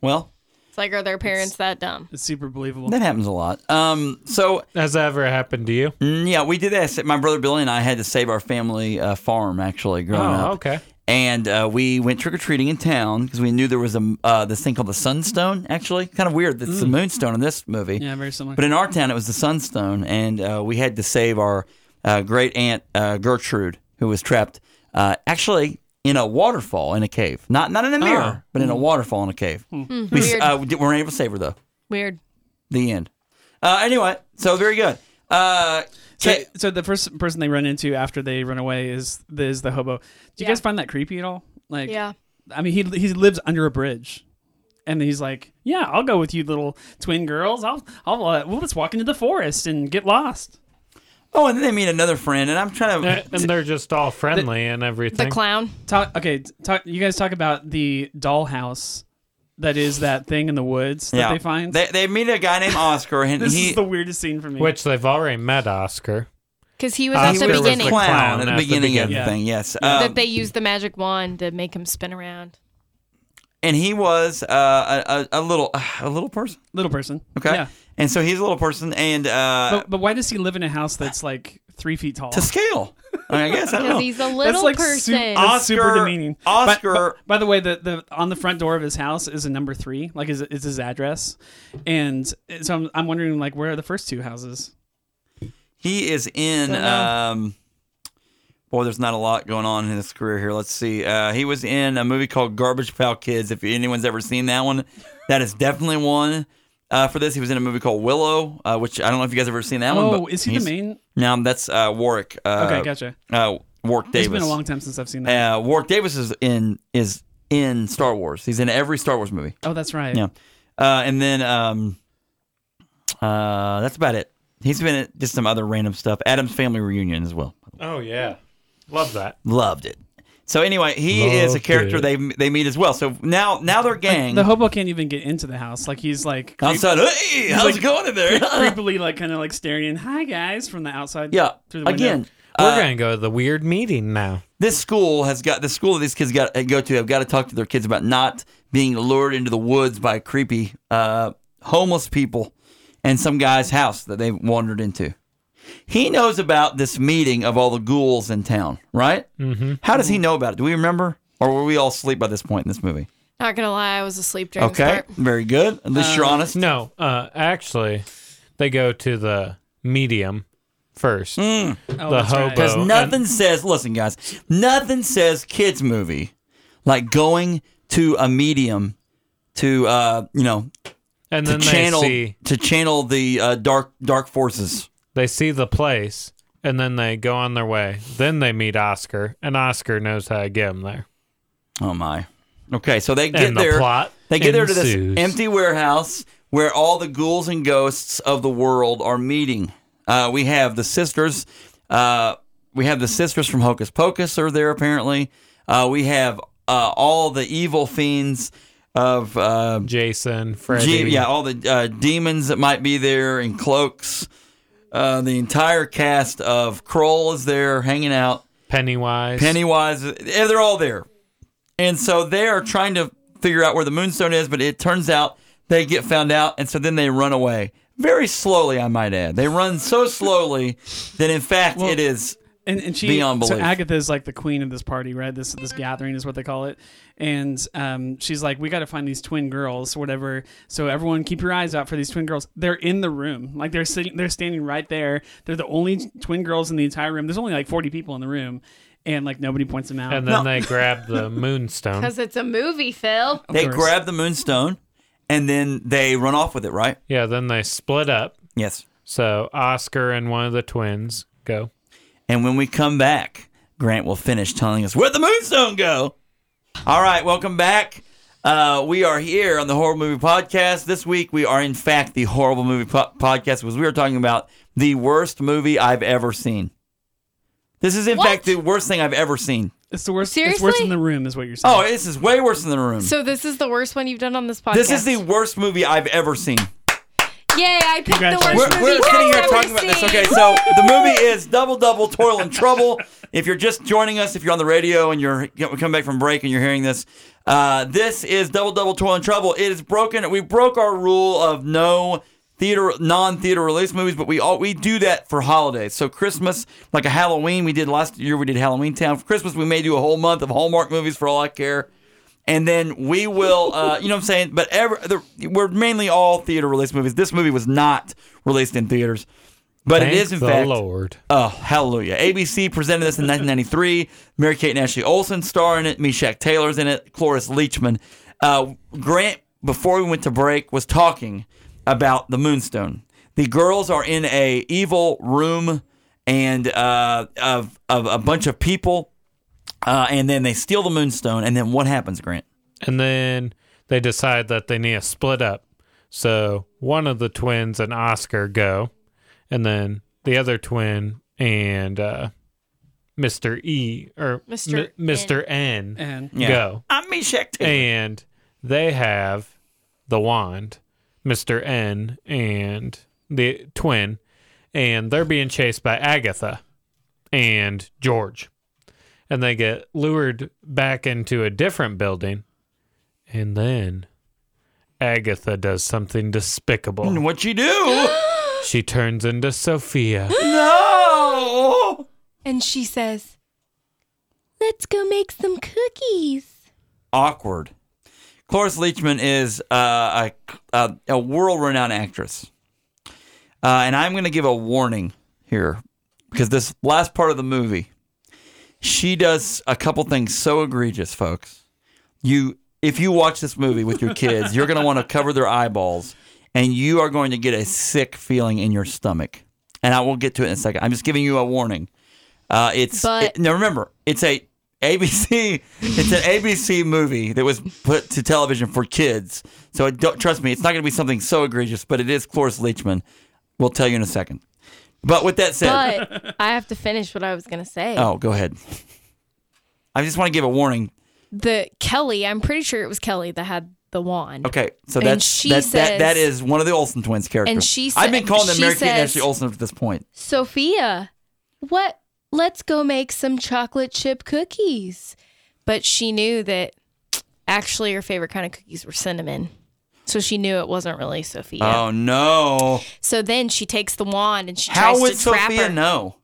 Speaker 4: Well,
Speaker 7: It's like, are their parents that dumb?
Speaker 5: It's super believable.
Speaker 4: that happens a lot. Um, so
Speaker 6: has that ever happened to you?
Speaker 4: mm, yeah, we did that. My brother Billy and I had to save our family uh, farm actually growing up.
Speaker 6: Oh, okay.
Speaker 4: and uh, we went trick or treating in town because we knew there was a uh, this thing called the Sunstone. Actually, kind of weird. It's the Moonstone in this movie.
Speaker 5: Mm. Yeah, very similar.
Speaker 4: But in our town, it was the Sunstone, and uh, we had to save our uh, great aunt uh, Gertrude, who was trapped uh, actually in a waterfall in a cave. Not not in a
Speaker 5: Ah.
Speaker 4: mirror, but
Speaker 5: Hmm.
Speaker 4: in a waterfall in a cave. We s-
Speaker 7: Weird.
Speaker 4: uh, we di- weren't able to save her though.
Speaker 7: Weird.
Speaker 4: The end. Uh, anyway, so very good. Uh,
Speaker 5: So,
Speaker 4: okay,
Speaker 5: so the first person they run into after they run away is the, is the hobo. Do you
Speaker 7: Yeah.
Speaker 5: guys find that creepy at all? Like,
Speaker 7: Yeah.
Speaker 5: I mean, he he lives under a bridge, and he's like, "Yeah, I'll go with you, little twin girls. I'll I'll uh, we'll just walk into the forest and get lost."
Speaker 4: oh, and then they meet another friend, and I'm trying to.
Speaker 6: And they're just all friendly and everything.
Speaker 7: The clown.
Speaker 5: Talk okay. t- Talk you guys talk about the dollhouse that is that thing in the woods that
Speaker 4: yeah,
Speaker 5: they find.
Speaker 4: They, they meet a guy named Oscar, and
Speaker 5: (laughs) this
Speaker 4: he
Speaker 5: is the weirdest scene for me.
Speaker 6: which they've already met Oscar.
Speaker 7: Because he was
Speaker 6: Uh,
Speaker 7: at
Speaker 6: he
Speaker 7: the
Speaker 6: was the
Speaker 7: beginning.
Speaker 6: clown.
Speaker 4: at the beginning, of the thing. Yes, Um,
Speaker 7: that they used the magic wand to make him spin
Speaker 4: (laughs)
Speaker 7: around.
Speaker 4: and he was uh, a, a, a little a little person.
Speaker 5: little person.
Speaker 4: Okay,
Speaker 5: Yeah.
Speaker 4: and so he's a little person, and uh,
Speaker 5: But, but why does he live in a house that's like three feet tall?
Speaker 4: to scale. I, mean, I guess I
Speaker 7: (laughs)
Speaker 4: don't know.
Speaker 7: Because he's a little
Speaker 5: su-
Speaker 7: person.
Speaker 5: that's super
Speaker 4: Oscar-
Speaker 5: demeaning.
Speaker 4: Oscar-
Speaker 5: By, by- by the way, the, the on the front door of his house is a number three, like is is his address, and so I'm, I'm wondering like where are the first two houses?
Speaker 4: he is in. Um, boy, there's not a lot going on in his career here. Let's see. Uh, he was in a movie called Garbage Pail Kids. If anyone's ever seen that one, that is definitely one. Uh, for this, he was in a movie called Willow, uh, which I don't know if you guys ever seen that one.
Speaker 5: Oh,
Speaker 4: but
Speaker 5: is he the
Speaker 4: he's-
Speaker 5: main?
Speaker 4: No, that's uh, Warwick. Uh,
Speaker 5: Okay, gotcha.
Speaker 4: Uh, Warwick Davis.
Speaker 5: It's been a long time since I've seen that.
Speaker 4: uh, Warwick Davis is in is in Star Wars. He's in every Star Wars movie.
Speaker 5: oh, that's right.
Speaker 4: Yeah, uh, and then um, uh, that's about it. He's been at just some other random stuff. Adam's Family Reunion as well.
Speaker 6: Oh yeah, love that.
Speaker 4: Loved it. So anyway, he is a
Speaker 6: Loved
Speaker 4: character
Speaker 6: it.
Speaker 4: they they meet as well. So now now they're gang.
Speaker 5: The hobo can't even get into the house. Like he's like creep-
Speaker 4: outside, hey, how's
Speaker 5: like-
Speaker 4: it going in there?
Speaker 5: (laughs) creepily like kind of like staring in. Hi guys from the outside.
Speaker 4: Uh. yeah.
Speaker 5: Through the window.
Speaker 4: Again,
Speaker 6: We're
Speaker 4: uh,
Speaker 6: gonna go to the weird meeting now.
Speaker 4: this school has got the school that these kids got go to have got to talk to their kids about not being lured into the woods by creepy uh, homeless people and some guy's house that they wandered into. He knows about this meeting of all the ghouls in town, right? Mm-hmm. How does he know about it? Do we remember, or were we all asleep by this point in this movie?
Speaker 7: Not gonna lie, I was asleep during this
Speaker 4: Okay,
Speaker 7: part.
Speaker 4: very good. At least you're honest.
Speaker 6: No, uh, actually, they go to the medium first.
Speaker 5: Oh,
Speaker 6: the
Speaker 5: that's right.
Speaker 6: hobo.
Speaker 4: Because Hmm. nothing says, listen, guys, nothing says kids movie like going to a medium to, uh, you know,
Speaker 6: And
Speaker 4: to
Speaker 6: then
Speaker 4: channel
Speaker 6: they see
Speaker 4: to channel the uh, dark dark forces.
Speaker 6: they see the place, and then they go on their way. Then they meet Oscar, and Oscar knows how to get him there.
Speaker 4: Oh my. Okay, so they get
Speaker 6: And the
Speaker 4: there.
Speaker 6: plot
Speaker 4: they get there to this
Speaker 6: ensues.
Speaker 4: empty warehouse where all the ghouls and ghosts of the world are meeting. Uh, we have the sisters. Uh, we have the sisters from Hocus Pocus are there apparently. Uh, we have uh, all the evil fiends of uh,
Speaker 6: Jason, Freddy,
Speaker 4: Gee, yeah, all the uh, demons that might be there in cloaks. Uh, the entire cast of Kroll is there hanging out.
Speaker 6: Pennywise.
Speaker 4: Pennywise, eh, they're all there. And so they are trying to figure out where the moonstone is, but it turns out they get found out, and so then they run away. Very slowly, I might add. They run so slowly that, in fact, it is.
Speaker 5: And, and she
Speaker 4: Beyond
Speaker 5: so
Speaker 4: belief.
Speaker 5: Agatha is like the queen of this party, right? This this gathering is what they call it, and um, she's like, we got to find these twin girls, whatever. So everyone, keep your eyes out for these twin girls. They're in the room, like they're sitting, they're standing right there. They're the only twin girls in the entire room. There's only like 40 people in the room, and like nobody points them out.
Speaker 6: And
Speaker 4: (laughs)
Speaker 6: then they grab the moonstone.
Speaker 8: Because it's a movie, Phil.
Speaker 4: They
Speaker 5: course.
Speaker 4: grab the moonstone, and then they run off with it, right?
Speaker 6: Yeah, then they split up.
Speaker 4: Yes.
Speaker 6: So Oscar and one of the twins go.
Speaker 4: And when we come back, Grant will finish telling us where the moonstone go. All right, welcome back. Uh, we are here on the Horrible Movie Podcast. This week, we are in fact the Horrible Movie po- Podcast because we are talking about the worst movie I've ever seen. This is in
Speaker 7: What?
Speaker 4: fact the worst thing I've ever seen.
Speaker 5: it's the worst. It's worse
Speaker 7: Seriously?
Speaker 5: in the room, is what you're saying.
Speaker 4: Oh, this is way worse than the room.
Speaker 7: So this is the worst one you've done on this podcast.
Speaker 4: this is the worst movie I've ever seen.
Speaker 7: Yay! I picked the worst
Speaker 4: We're,
Speaker 5: Congratulations.
Speaker 7: movie.
Speaker 4: we're
Speaker 7: I've
Speaker 4: sitting here
Speaker 7: ever
Speaker 4: talking about this.
Speaker 7: seen.
Speaker 4: Okay, so the movie is Double Double Toil and Trouble. if you're just joining us, if you're on the radio and you're you come back from break and you're hearing this, uh, this is Double Double Toil and Trouble. It is broken. We broke our rule of no theater, non-theater release movies, but we all we do that for holidays. So Christmas, like a Halloween, we did last year. We did Halloween Town. For Christmas, we may do a whole month of Hallmark movies for all I care and then we will, uh, you know what I'm saying? But ever, the, we're mainly all theater release movies. This movie was not released in theaters, but
Speaker 6: Thank
Speaker 4: it is in
Speaker 6: the
Speaker 4: fact.
Speaker 6: Lord.
Speaker 4: Oh, hallelujah. ABC presented this in 1993. Mary Kate and Ashley Olsen star in it. Meshack Taylor's in it. Cloris Leachman. Uh, Grant, before we went to break, was talking about the Moonstone. The girls are in a evil room and uh, of, of a bunch of people, uh, and then they steal the Moonstone. And then what happens, Grant?
Speaker 6: And then they decide that they need to split up. So one of the twins and Oscar go, and then the other twin and uh, Mr. E or
Speaker 7: Mr.
Speaker 6: Mi- Mr. N,
Speaker 5: And
Speaker 4: Yeah.
Speaker 6: go.
Speaker 4: I'm Meshack Taylor.
Speaker 6: And they have the wand, Mr. N and the twin, and they're being chased by Agatha and George. And they get lured back into a different building. And then Agatha does something
Speaker 4: And
Speaker 6: despicable.
Speaker 4: What you do?
Speaker 6: She turns into Sophia.
Speaker 4: no.
Speaker 7: And she says, "Let's go make some cookies."
Speaker 4: Awkward. Cloris Leachman is uh, a a, a world-renowned actress, uh, and I'm going to give a warning here because this last part of the movie, she does a couple things so egregious, folks. You, if you watch this movie with your kids, you're going to want to cover their eyeballs, and you are going to get a sick feeling in your stomach. And I will get to it in a second. I'm just giving you a warning. Uh, it's
Speaker 7: But-
Speaker 4: it- now remember, it's a ABC. It's an ABC movie that was put to television for kids. So I don't trust me. It's not going to be something so egregious, but it is Cloris Leachman. We'll tell you in a second. But with that said,
Speaker 7: But I have to finish what I was gonna say.
Speaker 4: oh, go ahead. I just want to give a warning.
Speaker 7: The Kelly, I'm pretty sure it was Kelly that had the wand.
Speaker 4: Okay, so
Speaker 7: And
Speaker 4: that's
Speaker 7: she
Speaker 4: that, that, that
Speaker 7: says-
Speaker 4: is one of the Olsen twins characters.
Speaker 7: she
Speaker 4: I've been
Speaker 7: said-
Speaker 4: calling them
Speaker 7: she
Speaker 4: Mary Kate and
Speaker 7: says-
Speaker 4: Ashley Olsen at this point.
Speaker 7: Sophia, what? Let's go make some chocolate chip cookies. But she knew that actually her favorite kind of cookies were cinnamon. So she knew it wasn't really Sophia.
Speaker 4: Oh no!
Speaker 7: So then she takes the wand and she
Speaker 4: How
Speaker 7: tries
Speaker 4: would
Speaker 7: to trap
Speaker 4: Sophia
Speaker 7: her.
Speaker 4: know?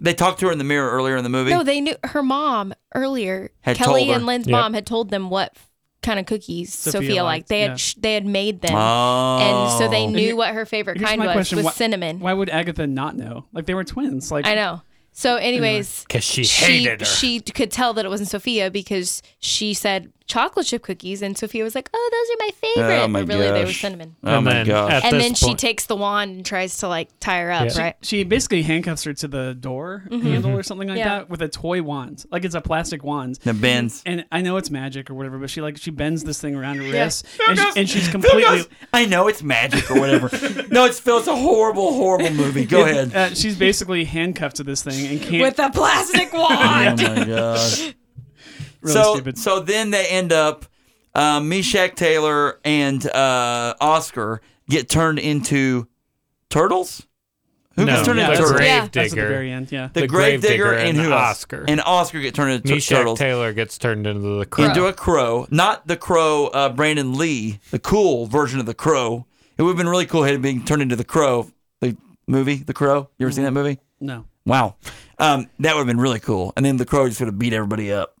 Speaker 4: They talked to her in the mirror earlier in the movie.
Speaker 7: No, they knew her mom earlier.
Speaker 4: Had
Speaker 7: Kelly
Speaker 4: told her.
Speaker 7: and Lynn's
Speaker 6: Yep.
Speaker 7: mom had told them what f- kind of cookies
Speaker 5: Sophia
Speaker 7: Sophia, liked.
Speaker 5: liked,
Speaker 7: They had
Speaker 5: yeah.
Speaker 7: sh- they had made them,
Speaker 4: oh.
Speaker 7: and so they knew
Speaker 5: here-
Speaker 7: what her favorite
Speaker 5: Here's
Speaker 7: kind
Speaker 5: my
Speaker 7: was
Speaker 5: question:
Speaker 7: was
Speaker 5: why,
Speaker 7: cinnamon.
Speaker 5: Why would Agatha not know? Like they were twins. Like
Speaker 7: I know. So, anyways,
Speaker 6: Because she
Speaker 7: she
Speaker 6: hated her.
Speaker 7: she could tell that it wasn't Sophia because she said chocolate chip cookies, and Sophia was like, "Oh, those are my favorite."
Speaker 4: Oh, my
Speaker 7: but really, they were
Speaker 4: gosh.
Speaker 7: cinnamon.
Speaker 4: Oh
Speaker 6: And
Speaker 4: my
Speaker 6: then
Speaker 4: gosh!
Speaker 6: at
Speaker 7: and
Speaker 6: this
Speaker 7: then she
Speaker 6: point-
Speaker 7: takes the wand and tries to like tie her up,
Speaker 6: Yeah.
Speaker 7: right?
Speaker 5: She basically handcuffs her to the door
Speaker 2: Mm-hmm.
Speaker 5: handle or something like
Speaker 7: Yeah.
Speaker 5: that with a toy wand. Like it's a plastic wand.
Speaker 4: the bends.
Speaker 5: And I know it's magic or whatever, but she like she bends this thing around her wrist, and, she, (laughs) and she's completely.
Speaker 4: I know it's magic or
Speaker 5: (laughs)
Speaker 4: whatever. no, it's Phil. It's a horrible, horrible movie. Go ahead.
Speaker 5: Uh, she's basically handcuffed to this thing and can't.
Speaker 2: With a plastic wand.
Speaker 4: Oh
Speaker 6: (laughs)
Speaker 4: my gosh.
Speaker 5: really
Speaker 4: so,
Speaker 5: stupid.
Speaker 4: so then they end up. Uh, Meshack Taylor and uh, Oscar get turned into turtles. Who
Speaker 6: no,
Speaker 4: gets turned
Speaker 5: Yeah,
Speaker 4: into
Speaker 6: the
Speaker 5: that's-
Speaker 4: turtles?
Speaker 7: Yeah.
Speaker 6: grave
Speaker 5: That's at the very
Speaker 6: digger.
Speaker 5: end. Yeah.
Speaker 4: the,
Speaker 6: The
Speaker 4: grave digger
Speaker 6: Gravedigger
Speaker 4: and,
Speaker 6: and
Speaker 4: who else?
Speaker 6: Oscar.
Speaker 4: And Oscar get turned into tur-
Speaker 6: Meshack
Speaker 4: turtles.
Speaker 6: Taylor gets turned into the crow.
Speaker 4: Into a crow, not the crow, uh, Brandon Lee, the cool version of the crow. It would have been really cool had it been turned into the crow, the movie, the crow. You ever seen that movie?
Speaker 5: no.
Speaker 4: Wow, um, that would have been really cool. And then the crow just would have beat everybody up.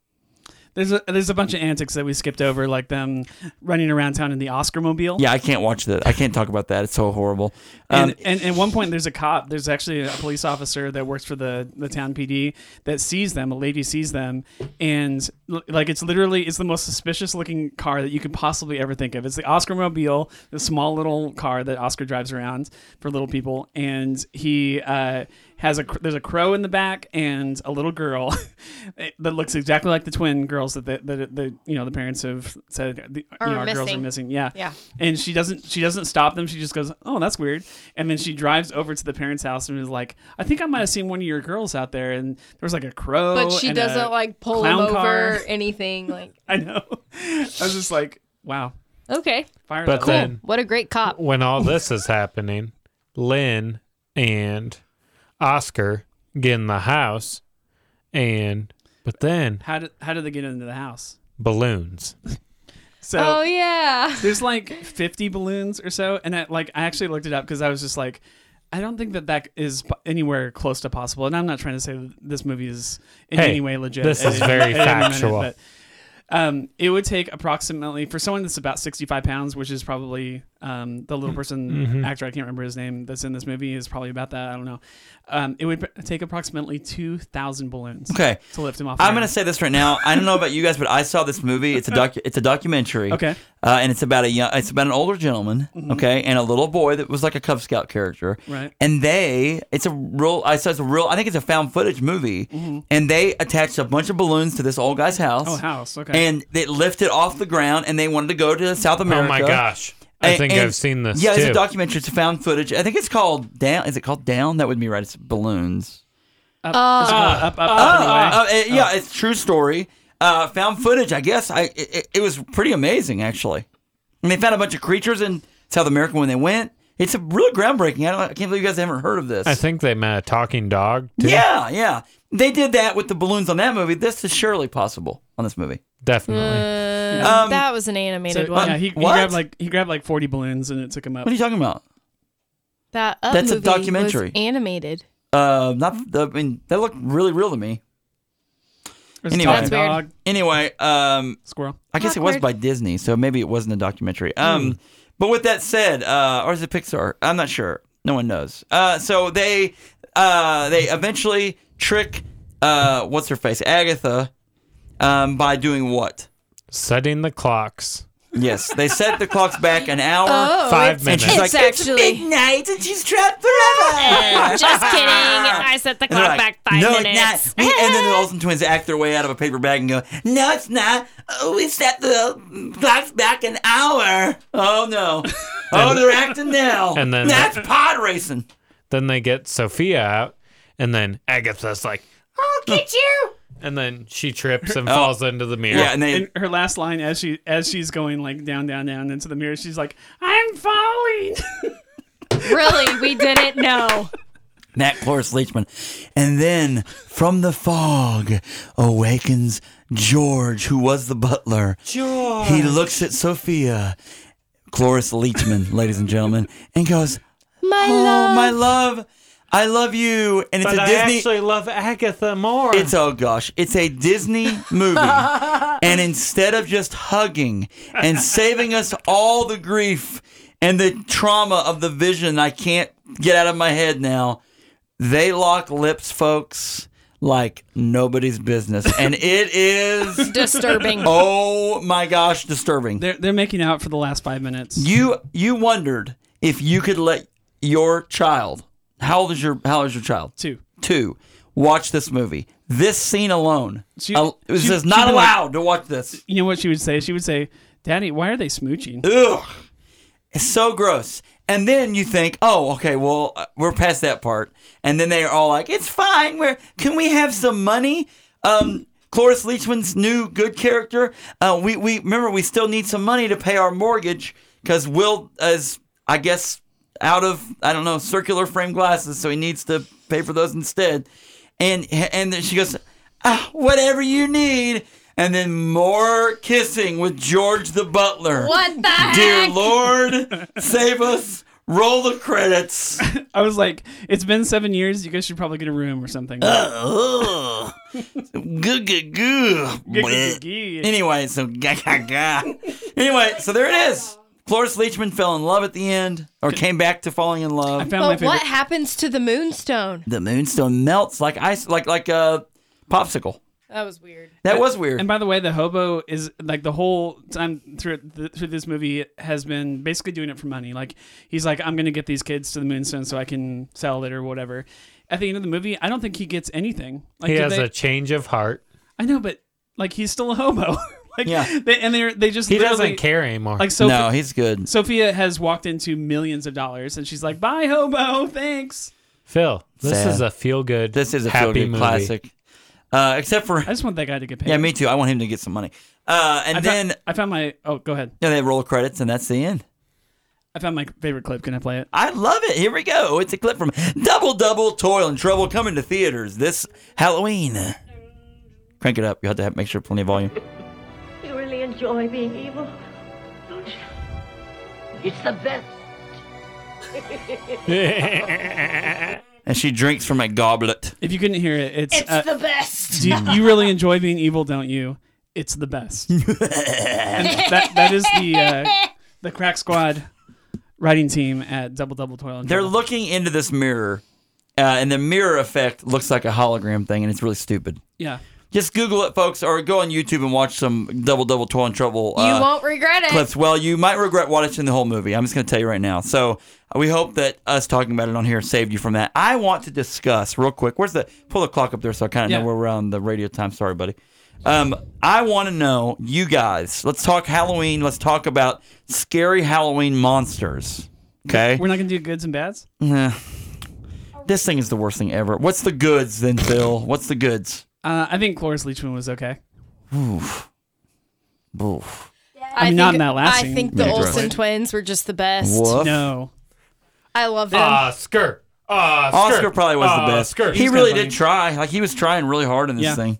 Speaker 5: There's a there's a bunch of antics that we skipped over, like them running around town in the Oscar mobile.
Speaker 4: Yeah, I can't watch that. I can't talk about that. It's so horrible. Um,
Speaker 5: (laughs) And, and at one point, there's a cop. There's actually a police officer that works for the, the town PD that sees them. A lady sees them, and l- like it's literally it's the most suspicious looking car that you could possibly ever think of. It's the Oscar Mobile, the small little car that Oscar drives around for little people. And he uh, has a cr- there's a crow in the back and a little girl (laughs) eh, that looks exactly like the twin girls that the, the, the you know the parents have said the, you
Speaker 7: Are
Speaker 5: know, our girls are
Speaker 7: missing.
Speaker 5: missing. Yeah
Speaker 7: Yeah.
Speaker 5: and she doesn't she doesn't stop them she just goes oh that's weird and then she drives over to the parents house and is like i think i might have seen one of your girls out there and there was like a crow
Speaker 7: But she
Speaker 5: and a
Speaker 7: doesn't like pull him
Speaker 5: clown
Speaker 7: over
Speaker 5: car. (laughs)
Speaker 7: anything. Like,
Speaker 5: i know i was just like wow
Speaker 7: okay,
Speaker 5: fire
Speaker 6: But
Speaker 5: that
Speaker 6: then-
Speaker 5: up.
Speaker 7: cool. What a great cop.
Speaker 6: when all this is happening, Lynn and Oscar get in the house, and but then
Speaker 5: how did how did they get into the house
Speaker 6: balloons.
Speaker 5: so
Speaker 7: oh yeah.
Speaker 5: there's like 50 balloons or so and I, like i actually looked it up because i was just like I don't think that that is po- anywhere close to possible, and I'm not trying to say that this movie is in
Speaker 6: Hey,
Speaker 5: any way legit.
Speaker 6: this
Speaker 5: at-
Speaker 6: is very
Speaker 5: at any minute,
Speaker 6: factual.
Speaker 5: but um, it would take approximately for someone that's about 65 pounds, which is probably um, the little person actor I can't remember his name that's in this movie is probably about that. I don't know. Um, it would p- take approximately 2,000 balloons.
Speaker 4: Okay.
Speaker 5: to lift him off. the
Speaker 4: I'm gonna
Speaker 5: ground.
Speaker 4: say this right now. I don't know about you guys, but I saw this movie. It's a
Speaker 5: (laughs)
Speaker 4: doc. It's a documentary.
Speaker 5: Okay. Mm-hmm.
Speaker 4: Uh, and it's about a young. It's about an older gentleman. Okay, and a little boy that was like a Cub Scout character.
Speaker 5: Right.
Speaker 4: And they. It's a real. I saw it's a real. I think it's a found footage movie. And they attached a bunch of balloons to this old guy's house.
Speaker 5: Mm-hmm. oh house. Okay,
Speaker 4: And they lifted off the ground, and they wanted to go to South America.
Speaker 6: Oh my gosh! I
Speaker 4: And-
Speaker 6: think
Speaker 4: and-
Speaker 6: I've seen this.
Speaker 4: Yeah,
Speaker 6: too.
Speaker 4: it's a documentary. It's found footage. I think it's called Down. Is it called Down? That would be right. It's balloons.
Speaker 5: up, it's called up, up,
Speaker 6: Oh,
Speaker 5: up, and away.
Speaker 4: Uh, uh, yeah, it's true story. Uh, found footage, I guess. I it, it was pretty amazing actually. And they found a bunch of creatures in South America when they went. It's a really groundbreaking. I don't. I can't believe you guys haven't heard of this.
Speaker 6: I think they met a talking dog. Too.
Speaker 4: yeah, yeah. They did that with the balloons on that movie. This is surely possible on this movie.
Speaker 6: definitely.
Speaker 7: Um, that was an animated
Speaker 5: So, uh,
Speaker 7: one.
Speaker 5: yeah, he, he
Speaker 4: What?
Speaker 5: grabbed like he grabbed like 40 balloons and it took him up.
Speaker 4: What are you talking about?
Speaker 7: that up
Speaker 4: that's a
Speaker 7: movie was
Speaker 4: documentary.
Speaker 7: animated.
Speaker 4: Uh, not. The, I mean, that looked really real to me.
Speaker 5: There's
Speaker 4: Anyway.
Speaker 5: a
Speaker 4: That's
Speaker 7: weird.
Speaker 5: dog,
Speaker 4: Anyway, um,
Speaker 5: squirrel.
Speaker 4: I guess it was
Speaker 7: Awkward. Hmm.
Speaker 4: by Disney, so maybe it wasn't a documentary. Um, but with that said, uh, or is it Pixar? I'm not sure. No one knows. Uh, so they uh, they eventually trick uh, what's her face Agatha um, by doing what?
Speaker 6: Setting the clocks.
Speaker 4: Yes, they set the clocks back an hour.
Speaker 7: Oh,
Speaker 6: Five
Speaker 7: it's,
Speaker 6: minutes.
Speaker 7: It's
Speaker 4: She's like,
Speaker 7: actually
Speaker 4: midnight and she's trapped forever.
Speaker 7: (laughs) Just kidding. I set the
Speaker 4: And they're
Speaker 7: clock
Speaker 4: like,
Speaker 7: back five
Speaker 4: no, it's
Speaker 7: minutes.
Speaker 4: not. We- and then the Olsen twins act their way out of a paper bag and go, no, it's not. Oh, we set the clocks back an hour. Oh, no. Oh, they're acting now.
Speaker 6: And then-
Speaker 4: That's pod racing.
Speaker 6: Then they get Sophia out, and then Agatha's like,
Speaker 8: I'll get you.
Speaker 6: and then she trips and
Speaker 4: Oh.
Speaker 6: falls into the mirror.
Speaker 4: Yeah, and they
Speaker 5: And her last line as she as she's going like down, down, down into the mirror, she's like, "I'm falling." (laughs)
Speaker 7: Really, we didn't know.
Speaker 4: Nat Cloris Leachman. And then from the fog awakens George, who was the butler. George. He looks at Sophia, Cloris Leachman, ladies and gentlemen, and goes,
Speaker 7: My
Speaker 4: Oh,
Speaker 7: love.
Speaker 4: my love. I love you. And it's a Disney.
Speaker 6: love Agatha more.
Speaker 4: It's oh gosh, it's a Disney movie. and instead of just hugging and saving us all the grief and the trauma of the vision I can't get out of my head now, they lock lips, folks, like nobody's business. And it is
Speaker 7: Disturbing.
Speaker 4: oh my gosh, disturbing.
Speaker 5: they're they're making out for the last five minutes.
Speaker 4: You you wondered if you could let your child. How old is your how old is your child?
Speaker 5: Two.
Speaker 4: Two. Watch this movie. This scene alone.
Speaker 5: She-
Speaker 4: al- it
Speaker 5: she-
Speaker 4: says not
Speaker 5: she'd be like-
Speaker 4: allowed to watch this.
Speaker 5: You know what she would say? She would say, "Daddy, why are they smooching?"
Speaker 4: Ugh. It's so gross. And then you think, oh, okay, well, uh, we're past that part. And then they're all like, it's fine. Where can we have some money? Um, Cloris Leachman's new good character. Uh, we we remember we still need some money to pay our mortgage because Will is, I guess, out of I don't know circular frame glasses, so he needs to pay for those instead. And and then she goes, ah, whatever you need. And then more kissing with George the butler.
Speaker 7: What the
Speaker 4: (laughs)
Speaker 7: heck?
Speaker 4: Dear Lord, save us. Roll the credits.
Speaker 5: I was like, "It's been seven years. You guys should probably get a room or something."
Speaker 4: Ugh. Goo, goo, goo. Bleh. Anyway, so ga, ga, ga. Anyway, so there it is. Cloris Leachman fell in love at the end, or came back to falling in
Speaker 5: I
Speaker 4: love.
Speaker 5: found my
Speaker 7: But
Speaker 5: favorite.
Speaker 7: what happens to the moonstone?
Speaker 4: The moonstone melts like ice, like like a popsicle.
Speaker 7: That was weird.
Speaker 4: That was weird.
Speaker 5: And by the way, the hobo is like the whole time through th- through this movie has been basically doing it for money. Like he's like, I'm gonna get these kids to the moonstone so I can sell it or whatever. At the end of the movie, I don't think he gets anything. Like
Speaker 6: he
Speaker 5: did
Speaker 6: has
Speaker 5: they-
Speaker 6: a change of heart.
Speaker 5: (laughs) I know, but like he's still a hobo. (laughs) like
Speaker 4: Yeah.
Speaker 5: they, and they they just
Speaker 6: He doesn't
Speaker 5: literally-
Speaker 6: care anymore.
Speaker 5: Like so,
Speaker 4: no, he's good.
Speaker 5: Sophia has walked into millions of dollars, and she's like, "Bye, hobo, thanks."
Speaker 6: Phil, this
Speaker 4: Sad.
Speaker 6: is a feel good.
Speaker 4: This is a
Speaker 6: happy
Speaker 4: feel-good
Speaker 6: movie. (laughs)
Speaker 4: classic. Uh, except for
Speaker 5: I just want that guy to get paid.
Speaker 4: yeah, me too. I want him to get some money. Uh, and
Speaker 5: I
Speaker 4: then
Speaker 5: found, I found my oh, go ahead.
Speaker 4: yeah, they roll credits, and that's the end.
Speaker 5: I found my favorite clip. Can I play it?
Speaker 4: I love it. Here we go. It's a clip from Double Double Toil and Trouble coming to theaters this Halloween. Crank it up. You have to have, make sure plenty of volume.
Speaker 8: You really enjoy being evil, don't you? It's the best.
Speaker 4: And she drinks from a goblet.
Speaker 5: If you couldn't hear it, it's
Speaker 8: It's
Speaker 5: uh,
Speaker 8: the best.
Speaker 5: Do you,
Speaker 8: (laughs)
Speaker 5: you really enjoy being evil, don't you? It's
Speaker 4: (laughs)
Speaker 5: the best. and that, that is the uh, the crack squad writing team at Double Double Toil. And
Speaker 4: They're
Speaker 5: Trouble.
Speaker 4: looking into this mirror, uh, and the mirror effect looks like a hologram thing, and it's really stupid.
Speaker 5: yeah.
Speaker 4: Just Google it, folks, or go on YouTube and watch some Double Double Toil and Trouble.
Speaker 7: You
Speaker 4: uh,
Speaker 7: won't regret it.
Speaker 4: clips. Well, you might regret watching the whole movie. I'm just going to tell you right now. So uh, we hope that us talking about it on here saved you from that. I want to discuss real quick. Where's the pull the clock up there so I kind of
Speaker 5: Yeah.
Speaker 4: know where we're on the radio time. Sorry, buddy. Um, I want to know you guys. Let's talk Halloween. Let's talk about scary Halloween monsters. Okay.
Speaker 5: We're not gonna do goods and bads.
Speaker 4: Nah. This thing is the worst thing ever. What's the goods then, Phil? What's the goods?
Speaker 5: Uh, I think Cloris Leachman was okay.
Speaker 4: Oof.
Speaker 7: I
Speaker 5: mean,
Speaker 7: think,
Speaker 5: not in that last
Speaker 7: I
Speaker 5: scene.
Speaker 7: think the
Speaker 4: Yeah,
Speaker 7: Olsen
Speaker 4: gross.
Speaker 7: twins were just the best.
Speaker 4: Woof.
Speaker 5: No,
Speaker 7: I love them.
Speaker 6: Ah, Oscar. Oscar.
Speaker 4: Oscar probably was the best.
Speaker 6: Oscar.
Speaker 4: He
Speaker 5: Uh, He's
Speaker 4: really
Speaker 5: kinda
Speaker 4: did
Speaker 5: funny.
Speaker 4: try. Like he was trying really hard in this
Speaker 5: Yeah.
Speaker 4: thing.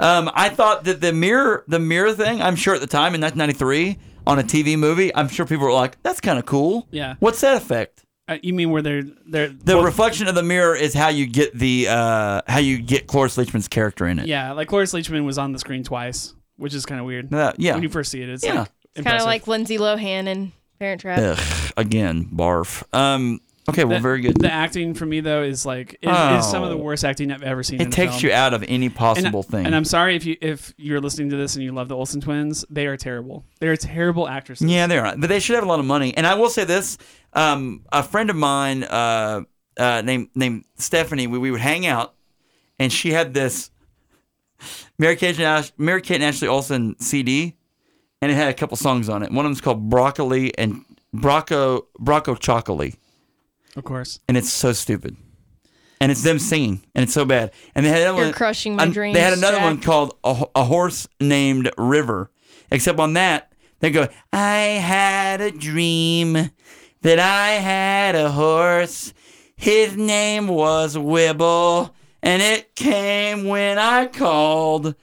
Speaker 4: Um, I thought that the mirror, the mirror thing. I'm sure at the time in 1993 on a TV movie, I'm sure people were like, "That's kind of cool."
Speaker 5: Yeah.
Speaker 4: What's that effect?
Speaker 5: uh, you mean where they're they're
Speaker 4: The reflection of the mirror is how you get the uh, how you get Cloris Leachman's character in it.
Speaker 5: yeah, like Cloris Leachman was on the screen twice, which is kind of weird.
Speaker 4: Uh, yeah.
Speaker 5: When you first see it, it's
Speaker 4: Yeah.
Speaker 5: like
Speaker 7: Kind of
Speaker 5: impressive.
Speaker 7: like Lindsay Lohan and Parent Trap.
Speaker 4: Ugh, again, barf. Um, okay, well,
Speaker 5: The-
Speaker 4: very good.
Speaker 5: The acting for me though is like it is some of the
Speaker 4: Oh.
Speaker 5: worst acting I've ever seen. in
Speaker 4: it
Speaker 5: a
Speaker 4: takes
Speaker 5: film.
Speaker 4: you out of any
Speaker 5: and,
Speaker 4: possible thing.
Speaker 5: and I'm sorry if you if you're listening to this and you love the Olsen twins. They are terrible. They are terrible actresses.
Speaker 4: Yeah, they are. But they should have a lot of money. And I will say this: um, a friend of mine uh, uh, named named Stephanie, we, we would hang out, and she had this Mary Kate and Ash, Mary Kate and Ashley Olsen CD, and it had a couple songs on it. One of them's called Broccoli and Brocco Brocco Chocolate.
Speaker 5: Of course.
Speaker 4: and it's so stupid. And it's them singing, and it's so bad. And they had another
Speaker 7: You're
Speaker 4: one-
Speaker 7: crushing my
Speaker 4: an-
Speaker 7: dreams,
Speaker 4: They had another
Speaker 7: Jack.
Speaker 4: one called a, Ho- a horse named River, except on that they go, "I had a dream that I had a horse. His name was Wibble, and it came when I called."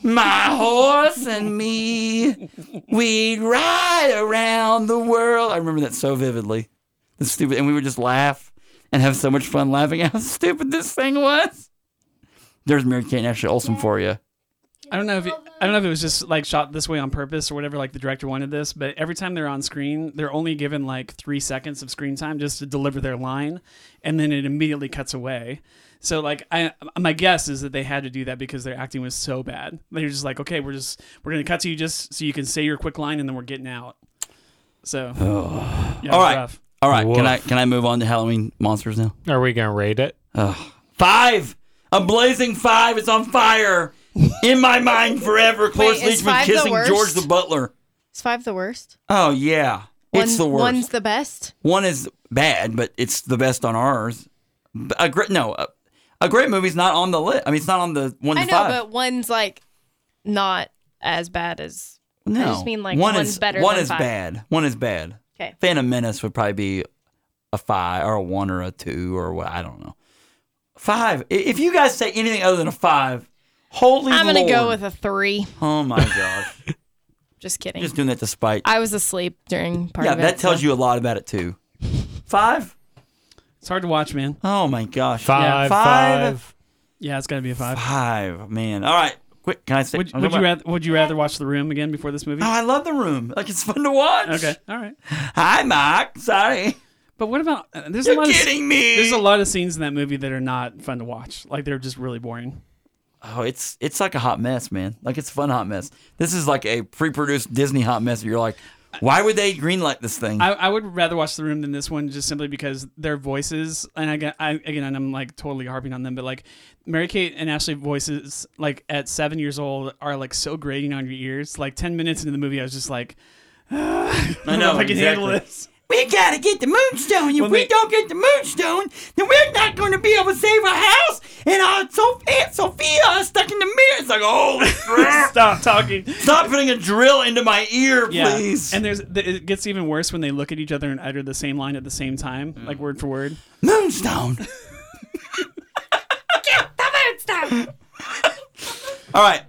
Speaker 4: My horse and me, we'd ride around the world. I remember that so vividly. It's stupid, and we would just laugh and have so much fun laughing at how (laughs) stupid this thing was. There's Mary Kate and Ashley Olsen for you.
Speaker 5: I don't know if it, I don't know if it was just like shot this way on purpose or whatever. Like the director wanted this, but every time they're on screen, they're only given like three seconds of screen time just to deliver their line, and then it immediately cuts away. So like I my guess is that they had to do that because their acting was so bad. They're just like, okay, we're just we're gonna cut to you just so you can say your quick line, and then we're getting out.
Speaker 4: (sighs)
Speaker 5: So yeah,
Speaker 4: All
Speaker 5: it's
Speaker 4: right.
Speaker 5: rough.
Speaker 4: All right, can
Speaker 6: Woof.
Speaker 4: I can I move on to Halloween monsters now?
Speaker 6: Are we gonna rate it?
Speaker 4: Five, a blazing five. It's on fire in my mind forever. Cloris
Speaker 7: is
Speaker 4: Leachman
Speaker 7: five the
Speaker 4: kissing
Speaker 7: worst?
Speaker 4: George the Butler.
Speaker 7: Is five the worst?
Speaker 4: Oh yeah, it's
Speaker 7: One-
Speaker 4: the worst.
Speaker 7: One's the best.
Speaker 4: One is bad, but it's the best on ours. B- A great no, a, a great movie's not on the list. I mean, it's not on the one to
Speaker 7: I know,
Speaker 4: five.
Speaker 7: but one's like not as bad as.
Speaker 4: no,
Speaker 7: I just mean like
Speaker 4: one
Speaker 7: one's
Speaker 4: is
Speaker 7: better.
Speaker 4: One
Speaker 7: than
Speaker 4: is
Speaker 7: five.
Speaker 4: bad. One is bad.
Speaker 7: Okay.
Speaker 4: Phantom Menace would probably be a five or a one or a two or what I don't know. Five. I- If you guys say anything other than a five, holy
Speaker 7: I'm gonna go
Speaker 4: Lord.
Speaker 7: with a three.
Speaker 4: Oh my gosh!
Speaker 7: Just kidding.
Speaker 4: Just doing that to spite.
Speaker 7: (laughs) I was asleep during part
Speaker 4: yeah,
Speaker 7: of it.
Speaker 4: that tells
Speaker 7: so-
Speaker 4: you a lot about it too. Five.
Speaker 5: It's hard to watch, man.
Speaker 4: Oh my gosh.
Speaker 6: Five,
Speaker 4: Five.
Speaker 6: five.
Speaker 5: Yeah, it's got to be a five.
Speaker 4: Five. Man. All right. Quick. Can I say?
Speaker 5: Would,
Speaker 4: I'm
Speaker 5: would
Speaker 4: talking
Speaker 5: you
Speaker 4: about-
Speaker 5: rather would you rather watch The Room again before this movie?
Speaker 4: Oh, I love the room. Like it's fun to watch. (laughs)
Speaker 5: Okay, all right.
Speaker 4: Hi, Mark. Sorry.
Speaker 5: But what about uh, there's a
Speaker 4: You're
Speaker 5: lot of
Speaker 4: kidding me.
Speaker 5: There's a lot of scenes in that movie that are not fun to watch. Like they're just really boring.
Speaker 4: Oh, it's it's like a hot mess, man. Like it's a fun hot mess. This is like a pre-produced Disney hot mess. You're like, why would they greenlight this thing?
Speaker 5: I, I would rather watch The Room than this one, just simply because their voices. And I, got- I again, and I'm like totally harping on them, but like Mary Kate and Ashley voices, like at seven years old, are like so grating on your ears. Like ten minutes into the movie, I was just like, (sighs) I don't know if (laughs) I can handle this.
Speaker 4: we gotta get the moonstone. If
Speaker 5: When
Speaker 4: we
Speaker 5: they-
Speaker 4: don't get the moonstone, then we're not going to be able to save our house. And our Sophia, Aunt Sophia is stuck in the mirror. It's like, oh,
Speaker 5: (laughs)
Speaker 4: crap.
Speaker 5: Stop talking.
Speaker 4: stop putting a drill into my ear,
Speaker 5: Yeah.
Speaker 4: please.
Speaker 5: And there's th- it gets even worse when they look at each other and utter the same line at the same time,
Speaker 4: Mm.
Speaker 5: like word for word.
Speaker 4: Moonstone.
Speaker 5: (laughs)
Speaker 4: Get the moonstone. (laughs) All right.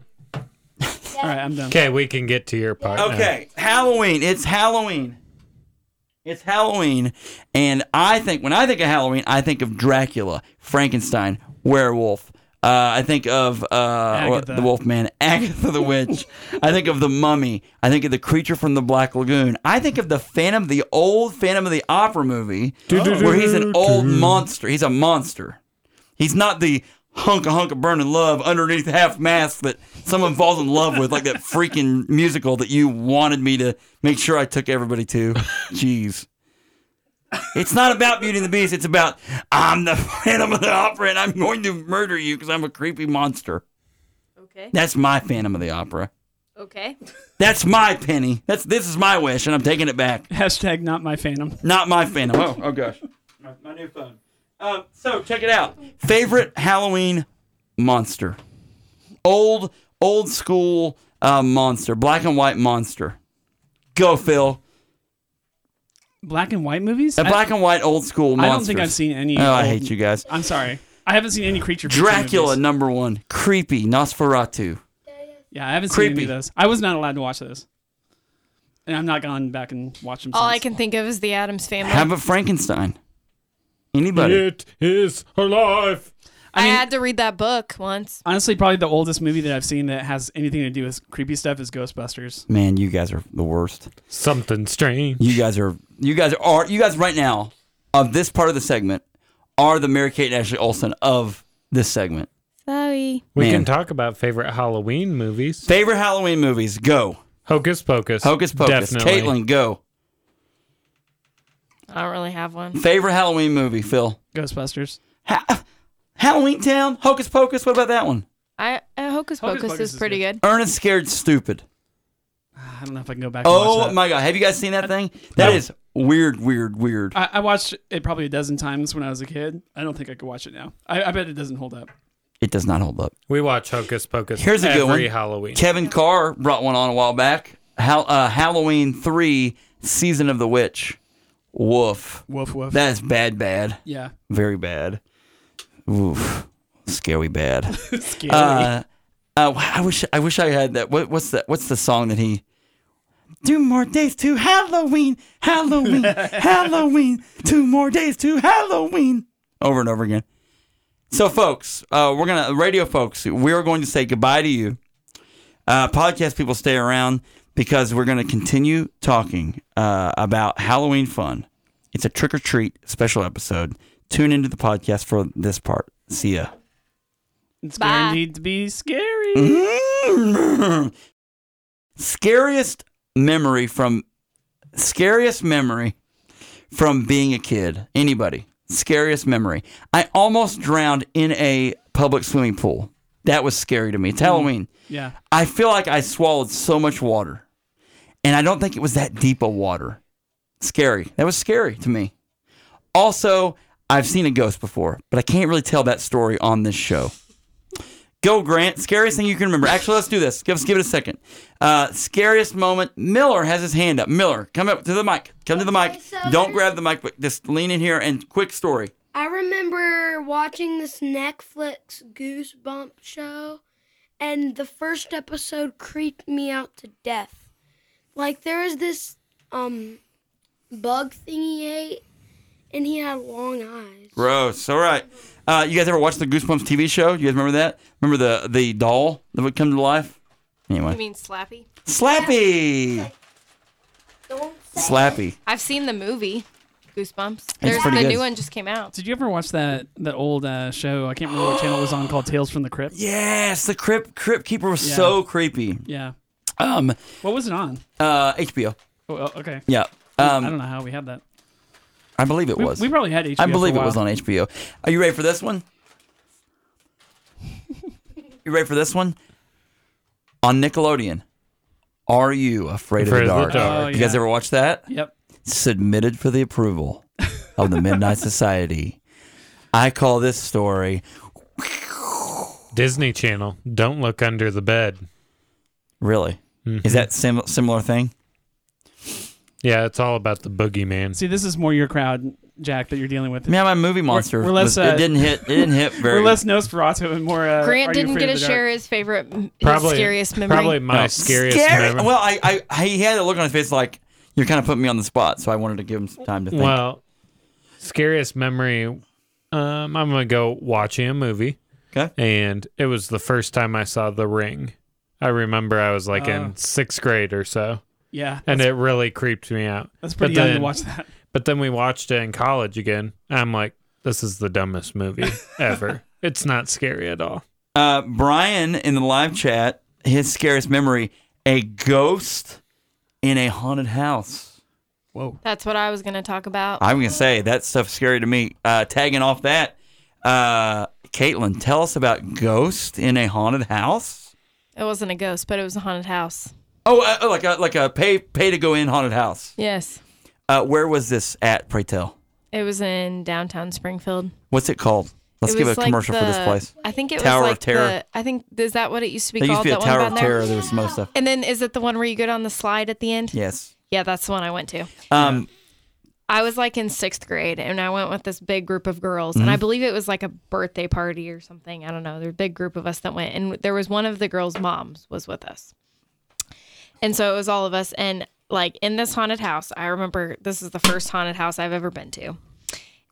Speaker 5: All right, I'm done. (laughs)
Speaker 6: Okay, we can get to your part. now.
Speaker 4: Okay. Halloween. It's Halloween. It's Halloween. And I think, when I think of Halloween, I think of Dracula, Frankenstein, werewolf. Uh, I think of uh, what-
Speaker 5: Agatha.
Speaker 4: the Wolfman, (laughs) Agatha the Witch. I think of the Mummy. I think of the Creature from the Black Lagoon. I think of the Phantom, the old Phantom of the Opera movie, where he's an old monster. He's a monster. He's not the hunk a hunk of burning love underneath half mask that someone falls in love with, like that freaking musical that you wanted me to make sure I took everybody to. Jeez. It's not about Beauty and the Beast. It's about I'm the Phantom of the Opera and I'm going to murder you because I'm a creepy monster.
Speaker 7: Okay.
Speaker 4: That's my Phantom of the Opera.
Speaker 7: Okay.
Speaker 4: That's my penny. That's this is my wish, and I'm taking it back.
Speaker 5: Hashtag not my phantom.
Speaker 4: Not my Phantom. Oh, oh gosh. My, my new phone. Um, so check it out. Favorite Halloween monster. Old, old school uh, monster. Black and white monster. Go, Phil.
Speaker 5: Black and white movies?
Speaker 4: A
Speaker 5: I-
Speaker 4: black and white old school
Speaker 5: I
Speaker 4: monster.
Speaker 5: don't think I've seen any.
Speaker 4: Oh, I
Speaker 5: old-
Speaker 4: hate you guys.
Speaker 5: I'm sorry. I haven't seen any creature. feature
Speaker 4: Dracula,
Speaker 5: movies.
Speaker 4: number one. Creepy. Nosferatu.
Speaker 5: Yeah, I haven't seen any
Speaker 4: Creepy.
Speaker 5: of those. I was not allowed to watch those, and I'm not gone back and watch them.
Speaker 7: All
Speaker 5: since.
Speaker 7: I can think of is the Adams family.
Speaker 4: How about Frankenstein? Anybody?
Speaker 6: It is alive.
Speaker 7: I,
Speaker 5: I mean-
Speaker 7: had to read that book once.
Speaker 5: Honestly, probably the oldest movie that I've seen that has anything to do with creepy stuff is Ghostbusters.
Speaker 4: Man, you guys are the worst.
Speaker 6: Something strange.
Speaker 4: You guys are you guys are you guys right now of this part of the segment are the Mary Kate and Ashley Olsen of this segment.
Speaker 7: Sorry.
Speaker 6: We
Speaker 4: Man.
Speaker 6: can talk about favorite Halloween movies.
Speaker 4: Favorite Halloween movies? Go.
Speaker 6: Hocus Pocus.
Speaker 4: Hocus Pocus.
Speaker 6: Definitely.
Speaker 4: Caitlin, go.
Speaker 7: I don't really have one.
Speaker 4: Favorite Halloween movie, Phil.
Speaker 5: Ghostbusters.
Speaker 4: Ha- Halloween Town, Hocus Pocus. What about that one?
Speaker 7: I uh, Hocus, Pocus, is, pretty good.
Speaker 4: Ernest Scared Stupid.
Speaker 5: I don't know if I can go back. And watch
Speaker 4: Oh
Speaker 5: that.
Speaker 4: my God! Have you guys seen that thing? That is Weird, weird, weird.
Speaker 5: I, I watched it probably a dozen times when I was a kid. I don't think I could watch it now. I, I bet it doesn't hold up.
Speaker 4: It does not hold up.
Speaker 6: We watch Hocus Pocus
Speaker 4: Here's a
Speaker 6: every
Speaker 4: good one.
Speaker 6: Halloween.
Speaker 4: Kevin Carr brought one on a while back. Hal- uh, Halloween 3 Season of the Witch. Woof.
Speaker 5: Woof woof.
Speaker 4: That is bad, bad.
Speaker 5: yeah.
Speaker 4: Very bad. Oof. Scary bad.
Speaker 5: (laughs) Scary.
Speaker 4: uh, uh, I wish I wish I had that. What, what's that? What's the song that he? Two more days to Halloween,
Speaker 5: (laughs)
Speaker 4: Halloween, Halloween. Two more days to Halloween. Over and over again. So, folks, uh, we're gonna radio folks. We are going to say goodbye to you. Uh, podcast people, stay around because we're going to continue talking uh, about Halloween fun. It's a trick or treat special episode. Tune into the podcast for this part. See ya. (laughs)
Speaker 5: it's
Speaker 7: Bye.
Speaker 5: guaranteed to be scary.
Speaker 4: Mm-hmm. scariest memory from scariest memory from being a kid. Anybody? Scariest memory. I almost drowned in a public swimming pool. That was scary to me. It's Halloween.
Speaker 5: Yeah.
Speaker 4: I feel like I swallowed so much water. And I don't think it was that deep of water. Scary. That was scary to me. Also, I've seen a ghost before, but I can't really tell that story on this show. Go, Grant. Scariest thing you can remember. Actually, let's do this. Give us give it a second. Uh, scariest moment. Miller has his hand up. Miller, come up to the mic. Come to the mic.
Speaker 10: Okay, so
Speaker 4: Don't
Speaker 10: there's-
Speaker 4: grab the mic, but just lean in here and quick story.
Speaker 10: I remember watching this Netflix Goosebump show, and the first episode creeped me out to death. Like there was this um bug thing he ate, and he had long eyes.
Speaker 4: Gross. All right. Uh, you guys ever watch the Goosebumps TV show? You guys remember that? Remember the the doll that would come to life? Anyway,
Speaker 7: You mean Slappy?
Speaker 4: Slappy.
Speaker 10: Don't
Speaker 4: Slappy.
Speaker 7: I've seen the movie Goosebumps.
Speaker 4: It's
Speaker 7: There's
Speaker 4: pretty
Speaker 7: the
Speaker 4: good.
Speaker 7: new one just came out.
Speaker 5: Did you ever watch that that old uh, show? I can't remember what channel it was on called Tales from the Crypt.
Speaker 4: Yes, the Crypt Crypt Keeper was so creepy.
Speaker 5: Yeah.
Speaker 4: Um,
Speaker 5: What was it on?
Speaker 4: uh, HBO.
Speaker 5: Oh, oh, okay.
Speaker 4: Yeah.
Speaker 5: I don't
Speaker 4: Um,
Speaker 5: know how we had that.
Speaker 4: I believe it
Speaker 5: We,
Speaker 4: was.
Speaker 5: we probably had HBO.
Speaker 4: I believe
Speaker 5: for
Speaker 4: it
Speaker 5: a
Speaker 4: was
Speaker 5: while.
Speaker 4: on HBO. Are you ready for this
Speaker 7: (laughs)
Speaker 4: one? you ready for this one? On Nickelodeon, Are You Afraid,
Speaker 6: Afraid
Speaker 4: of
Speaker 6: of the
Speaker 4: the Dark?
Speaker 6: Dark.
Speaker 5: Oh,
Speaker 4: You guys
Speaker 5: yeah.
Speaker 4: ever watch that?
Speaker 5: Yep.
Speaker 4: submitted for the approval of the Midnight Society. I call this story
Speaker 6: Disney Channel. Don't look under the bed.
Speaker 4: really. Is that
Speaker 5: Mm-hmm.
Speaker 4: sim- similar thing?
Speaker 6: Yeah, it's all about the boogeyman.
Speaker 5: See, this is more your crowd, Jack, that you're dealing with.
Speaker 4: I mean, I'm a movie monster.
Speaker 5: we're less,
Speaker 4: was-
Speaker 5: uh,
Speaker 4: it didn't hit. It didn't
Speaker 5: (laughs)
Speaker 4: hit very.
Speaker 5: We're less uh, Nosferatu and more. Uh,
Speaker 7: Grant
Speaker 5: Are You
Speaker 7: didn't
Speaker 5: Afraid
Speaker 7: get
Speaker 5: of
Speaker 7: to
Speaker 5: the Dark?
Speaker 7: share his favorite, his
Speaker 6: Probably,
Speaker 7: scariest memory.
Speaker 6: probably my
Speaker 4: No.
Speaker 6: scariest
Speaker 4: Scary.
Speaker 6: memory.
Speaker 4: Well, I, I, he had a look on his face like you're kind of putting me on the spot, so I wanted to give him some time to think.
Speaker 6: Well, scariest memory. Um, I'm gonna go watching a movie,
Speaker 4: okay.
Speaker 6: and it was the first time I saw The Ring. I remember I was like
Speaker 5: Oh.
Speaker 6: in sixth grade or so,
Speaker 5: Yeah.
Speaker 6: and it really creeped me out.
Speaker 5: That's pretty
Speaker 6: But
Speaker 5: young
Speaker 6: then-
Speaker 5: to watch that.
Speaker 6: But then we watched it in college again. and I'm like, this is the
Speaker 5: (laughs)
Speaker 6: dumbest movie ever. it's not scary at all.
Speaker 4: Uh, Brian in the live chat, his scariest memory: a ghost in a haunted house.
Speaker 7: That's what I was going to talk about.
Speaker 4: I'm gonna say that stuff's scary to me. Uh, tagging off that, uh, Caitlin, tell us about ghost in a haunted house.
Speaker 7: it wasn't a ghost, but it was a haunted house.
Speaker 4: Oh, uh, like a like a pay pay to go in haunted house.
Speaker 7: Yes.
Speaker 4: Uh, where was this at? Pray tell.
Speaker 7: It was in downtown Springfield.
Speaker 4: What's it called? Let's
Speaker 7: It
Speaker 4: give a
Speaker 7: was like
Speaker 4: commercial for this
Speaker 7: the-
Speaker 4: place.
Speaker 7: I think it
Speaker 4: Tower
Speaker 7: was
Speaker 4: of
Speaker 7: like
Speaker 4: Terror.
Speaker 7: the- I think is that what it used to be
Speaker 4: There used
Speaker 7: called?
Speaker 4: to be a
Speaker 7: that one
Speaker 4: Tower
Speaker 7: down
Speaker 4: of
Speaker 7: there?
Speaker 4: Terror. There was some other stuff.
Speaker 7: And then is it the one where you go down the slide at the end?
Speaker 4: Yes.
Speaker 7: Yeah, that's the one I went to.
Speaker 4: Um,
Speaker 7: I was like in sixth grade and I went with this big group of girls. And I
Speaker 4: Mm-hmm.
Speaker 7: believe it was like a birthday party or something. I don't know. There was a big group of us that went. And there was one of the girls' moms was with us. And so it was all of us. And like in this haunted house, I remember this is the first haunted house I've ever been to.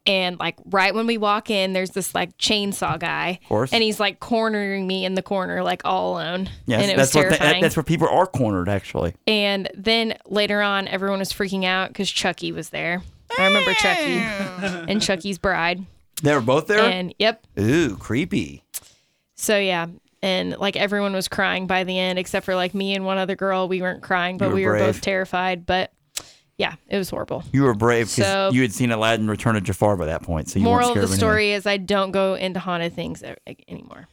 Speaker 7: And like right when we walk in, there's this like chainsaw guy. Of
Speaker 4: course.
Speaker 7: And he's like cornering me in the corner, like all alone.
Speaker 4: yes.
Speaker 7: and it
Speaker 4: that's
Speaker 7: was
Speaker 4: what that-
Speaker 7: terrifying.
Speaker 4: that's where people are cornered actually.
Speaker 7: And then later on, everyone was freaking out because Chucky was there. I remember Chucky and Chucky's bride.
Speaker 4: They were both there.
Speaker 7: And yep.
Speaker 4: Ooh, creepy.
Speaker 7: So yeah. And like everyone was crying by the end, except for like me and one other girl. We weren't crying, but
Speaker 4: were
Speaker 7: we were
Speaker 4: brave.
Speaker 7: both terrified. But yeah, it was horrible.
Speaker 4: You were brave because
Speaker 7: So-
Speaker 4: you had seen Aladdin Return of Jafar by that point, so you
Speaker 7: Moral
Speaker 4: weren't
Speaker 7: of
Speaker 4: scared
Speaker 7: the
Speaker 4: anything.
Speaker 7: story is I don't go into haunted things a- anymore.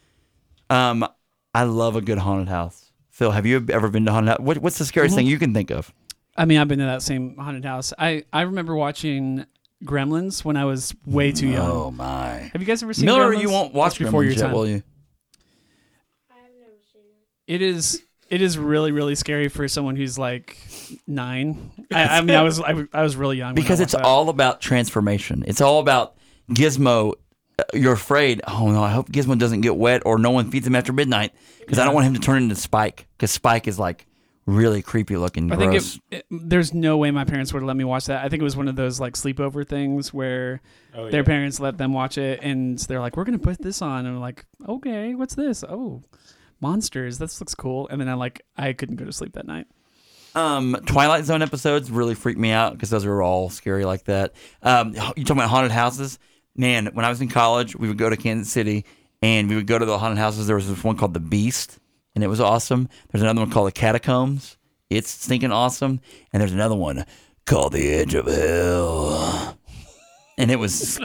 Speaker 4: Um,
Speaker 5: Mm-hmm.
Speaker 4: I love a good haunted house. Phil, have you ever been to haunted house? What, what's the scariest thing you can think of?
Speaker 5: I mean, I've been to that same haunted house. I I remember watching Gremlins when I was way too young.
Speaker 4: Oh my!
Speaker 5: Have you guys ever seen
Speaker 4: Miller?
Speaker 5: Gremlins?
Speaker 4: You won't watch
Speaker 5: That's before
Speaker 4: Gremlins
Speaker 5: your
Speaker 4: yet,
Speaker 5: time.
Speaker 4: will you?
Speaker 5: It is. It is really, really scary for someone who's like nine. I, I mean, I was, I, was- I was really young when I
Speaker 4: Because it's
Speaker 5: watched that.
Speaker 4: all about transformation. It's all about Gizmo. Uh, You're afraid. Oh no! I hope Gizmo doesn't get wet, or no one feeds him after midnight, because I don't want him to turn into Spike. Because Spike is like really creepy looking.
Speaker 5: I
Speaker 4: gross.
Speaker 5: think it, it- there's no way my parents would let me watch that. I think it was one of those like sleepover things where
Speaker 4: Oh,
Speaker 5: their parents let them watch it and they're like, "We're gonna put this on," and I'm like, "Okay, what's this? Oh, monsters. This looks cool." And then I like I couldn't go to sleep that night.
Speaker 4: Um, Twilight Zone episodes really freaked me out because those were all scary like that. Um, you talking about haunted houses? Man, when I was in college, we would go to Kansas City and we would go to the haunted houses. There was this one called The Beast, and it was awesome. There's another one called The Catacombs. It's stinking awesome. And there's another one called The Edge of Hell, and it was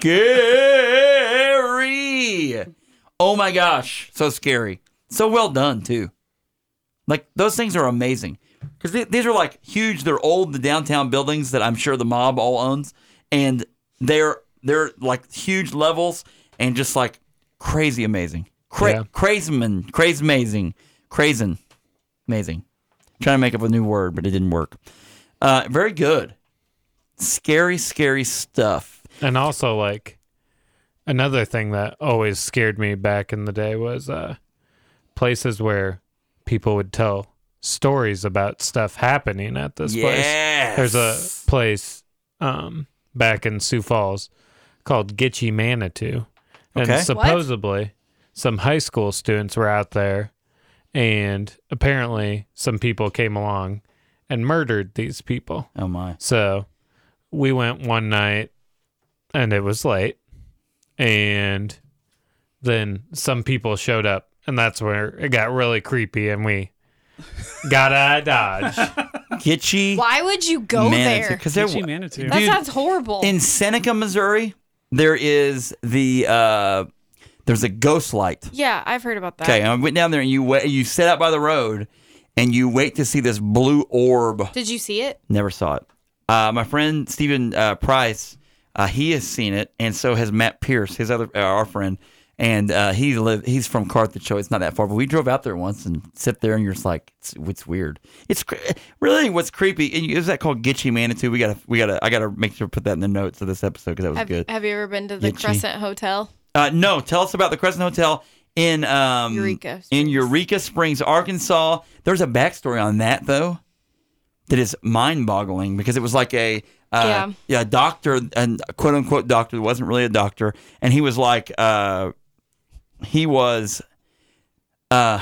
Speaker 4: scary. Oh my gosh, so scary. So well done too. Like those things are amazing because these are like huge. They're old, the downtown buildings that I'm sure the mob all owns, and they're they're like huge levels and just like crazy amazing, Cra-
Speaker 6: Yeah.
Speaker 4: crazyman, crazy amazing, crazin, amazing. trying to make up a new word, but it didn't work. Uh, very good. Scary, scary stuff.
Speaker 6: And also, like, another thing that always scared me back in the day was uh, places where people would tell stories about stuff happening at this
Speaker 4: Yes.
Speaker 6: place. There's a place um, back in Sioux Falls called Gitchy Manitou. And
Speaker 4: Okay. What?
Speaker 6: supposedly, some high school students were out there, and apparently, some people came along and murdered these people.
Speaker 4: Oh my!
Speaker 6: So we went one night and it was late. And then some people showed up and that's where it got really creepy and we got out of Dodge.
Speaker 4: Kitschy.
Speaker 7: Why would you go there?
Speaker 4: Because they're
Speaker 5: Gitchy Manitou.
Speaker 7: That
Speaker 4: Dude,
Speaker 7: sounds horrible.
Speaker 4: in Seneca, Missouri, there is the uh, there's a ghost light.
Speaker 7: yeah, I've heard about that.
Speaker 4: Okay, I went down there and you wait, you set out by the road and you wait to see this blue orb.
Speaker 7: Did you see it?
Speaker 4: Never saw it. Uh, my friend Stephen uh, Price, uh, he has seen it, and so has Matt Pierce, his other uh, our friend, and uh, he live he's from Carthage, so it's not that far. But we drove out there once and sit there, and you're just like, it's, it's weird. It's cre- really what's creepy. And you- is that called Gitchy Manitou? We gotta we gotta I gotta make sure to put that in the notes of this episode because that was
Speaker 7: Have,
Speaker 4: good.
Speaker 7: have you ever been to the
Speaker 4: Gitchy.
Speaker 7: Crescent Hotel?
Speaker 4: Uh, no, tell us about the Crescent Hotel in um,
Speaker 7: Eureka
Speaker 4: in
Speaker 7: Springs.
Speaker 4: Eureka Springs, Arkansas. There's a backstory on that though, that is mind-boggling because it was like a uh, yeah. a doctor, and quote unquote doctor that wasn't really a doctor, and he was like uh, he was uh,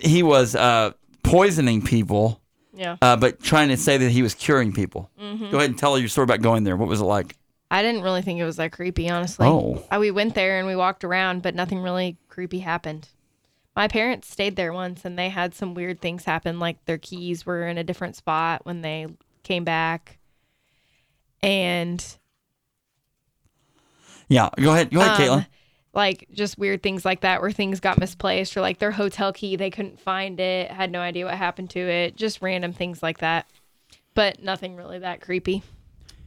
Speaker 4: he was uh, poisoning people,
Speaker 7: Yeah.
Speaker 4: uh, but trying to say that he was curing people.
Speaker 7: Mm-hmm.
Speaker 4: Go ahead and tell your story about going there. What was it like?
Speaker 7: I didn't really think it was that creepy, honestly.
Speaker 4: Oh.
Speaker 7: I, we went there and we walked around, but nothing really creepy happened. My parents stayed there once and they had some weird things happen, like their keys were in a different spot when they came back. And
Speaker 4: Yeah, go ahead, go ahead,
Speaker 7: um,
Speaker 4: Caitlin.
Speaker 7: like just weird things like that where things got misplaced or like their hotel key, they couldn't find it, had no idea what happened to it, just random things like that. But nothing really that creepy.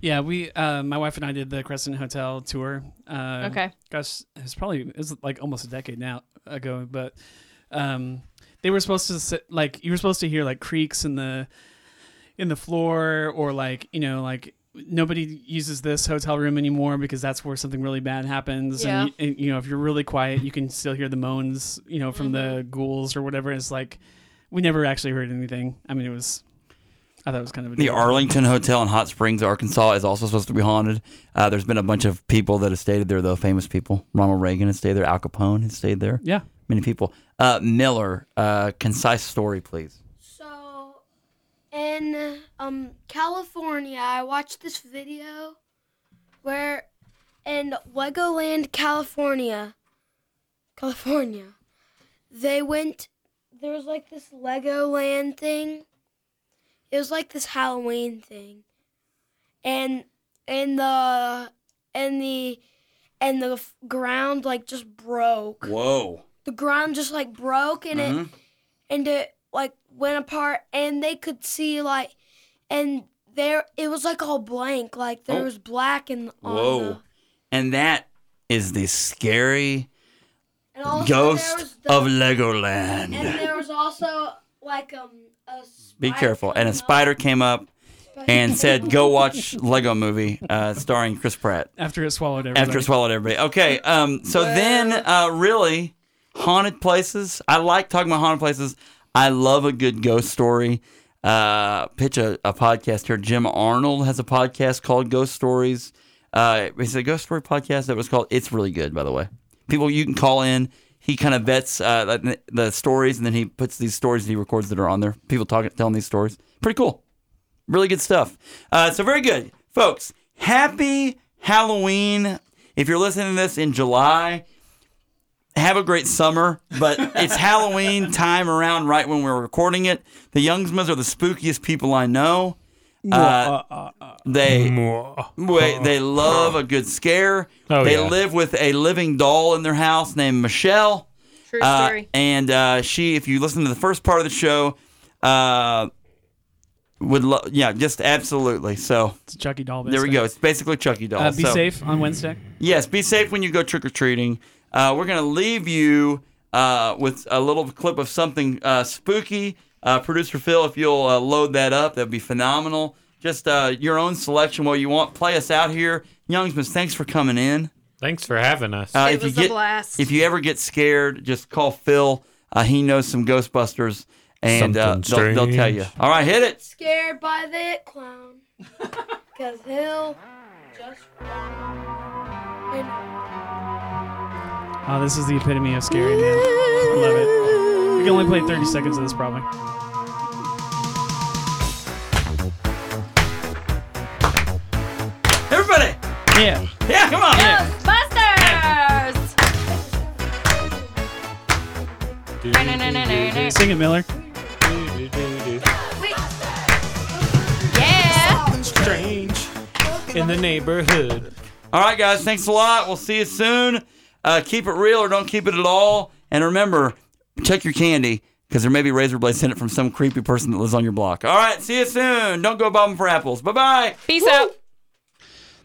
Speaker 5: Yeah, we, uh, my wife and I did the Crescent Hotel tour. Uh,
Speaker 7: Okay.
Speaker 5: Gosh, it's probably it was like almost a decade now ago, but um, they were supposed to sit, like you were supposed to hear like creaks in the in the floor or like you know like nobody uses this hotel room anymore because that's where something really bad happens and, y- and you know if you're really quiet you can still hear the moans you know from the
Speaker 7: Mm-hmm.
Speaker 5: ghouls or whatever it's like we never actually heard anything i mean it was i thought it was kind of a
Speaker 4: The
Speaker 5: joke.
Speaker 4: Arlington Hotel in Hot Springs, Arkansas, is also supposed to be haunted. Uh, there's been a bunch of people that have stayed there, though famous people. Ronald Reagan has stayed there. Al Capone has stayed there.
Speaker 5: yeah
Speaker 4: Many people. Uh, Miller, uh, concise story, please.
Speaker 10: So, in um, California, I watched this video where in Legoland, California, California, they went. There was like this Legoland thing. It was like this Halloween thing, and and the and the and the f- ground like just broke
Speaker 4: Whoa. Mm-hmm.
Speaker 10: the ground just like broke and it and it like went apart and they could see like and there it was like all blank, like there
Speaker 4: Oh.
Speaker 10: was black and on the,
Speaker 4: Whoa. And that is the scary
Speaker 10: and also
Speaker 4: ghost
Speaker 10: there was the,
Speaker 4: of Legoland.
Speaker 10: and there was also like um a
Speaker 4: Be
Speaker 10: spider
Speaker 4: careful. And a
Speaker 10: coming up.
Speaker 4: spider came up and
Speaker 10: (laughs)
Speaker 4: said, "Go watch Lego Movie, uh, starring Chris Pratt."
Speaker 5: After it swallowed everybody.
Speaker 4: After it swallowed everybody. Okay. Um. So then, uh, really, haunted places. I like talking about haunted places. I love a good ghost story. Uh, pitch a, a podcast here. Jim Arnold has a podcast called Ghost Stories. Uh, it's a ghost story podcast that was called. It's really good, by the way. People, you can call in. He kind of vets uh, the, the stories, and then he puts these stories that he records that are on there. People talking, telling these stories. Pretty cool. Really good stuff. Uh, so very good, folks. Happy Halloween! If you're listening to this in July, have a great summer.
Speaker 6: (laughs)
Speaker 4: But it's Halloween time around right when we're recording it. The Youngsmas are the spookiest people I know. Uh, they wait, they love a good scare.
Speaker 6: Oh,
Speaker 4: they
Speaker 6: yeah.
Speaker 4: live with a living doll in their house named Michelle.
Speaker 7: True
Speaker 4: Uh,
Speaker 7: story.
Speaker 4: and uh, she, if you listen to the first part of the show, uh, would lo- yeah, just absolutely. So
Speaker 5: It's Chucky doll.
Speaker 4: there we
Speaker 5: basically.
Speaker 4: go. It's basically Chucky doll.
Speaker 5: Uh, be
Speaker 4: So-
Speaker 5: safe on Wednesday.
Speaker 4: Yes, be safe when you go trick or treating. Uh, we're gonna leave you uh, with a little clip of something uh, spooky. Uh, Producer Phil, if you'll uh, load that up, that'd be phenomenal. Just uh, your own selection, what you want. Play us out here, Youngsmans. Thanks for coming in.
Speaker 6: Thanks for having us.
Speaker 4: Uh,
Speaker 7: It
Speaker 4: if you
Speaker 7: was a
Speaker 4: get-
Speaker 7: blast.
Speaker 4: If you ever get scared, just call Phil. Uh, he knows some Ghostbusters, and uh,
Speaker 6: Something
Speaker 4: they'll, they'll tell you.
Speaker 6: strange.
Speaker 4: All right, hit it.
Speaker 10: scared by that clown. Cause he'll just and
Speaker 5: Oh, this is the epitome of scary, man. I love it. We can only play 30 seconds of this, probably.
Speaker 4: Everybody,
Speaker 5: Yeah.
Speaker 4: yeah, come on.
Speaker 7: Ghostbusters!
Speaker 5: Sing it, Miller.
Speaker 7: Yeah!
Speaker 6: Strange in the neighborhood.
Speaker 4: All right, guys. Thanks a lot. We'll see you soon. Uh, keep it real or don't keep it at all. And remember, check your candy because there may be razor blades in it from some creepy person that lives on your block. All right. See you soon. Don't go bobbing for apples. Bye bye.
Speaker 7: Peace out.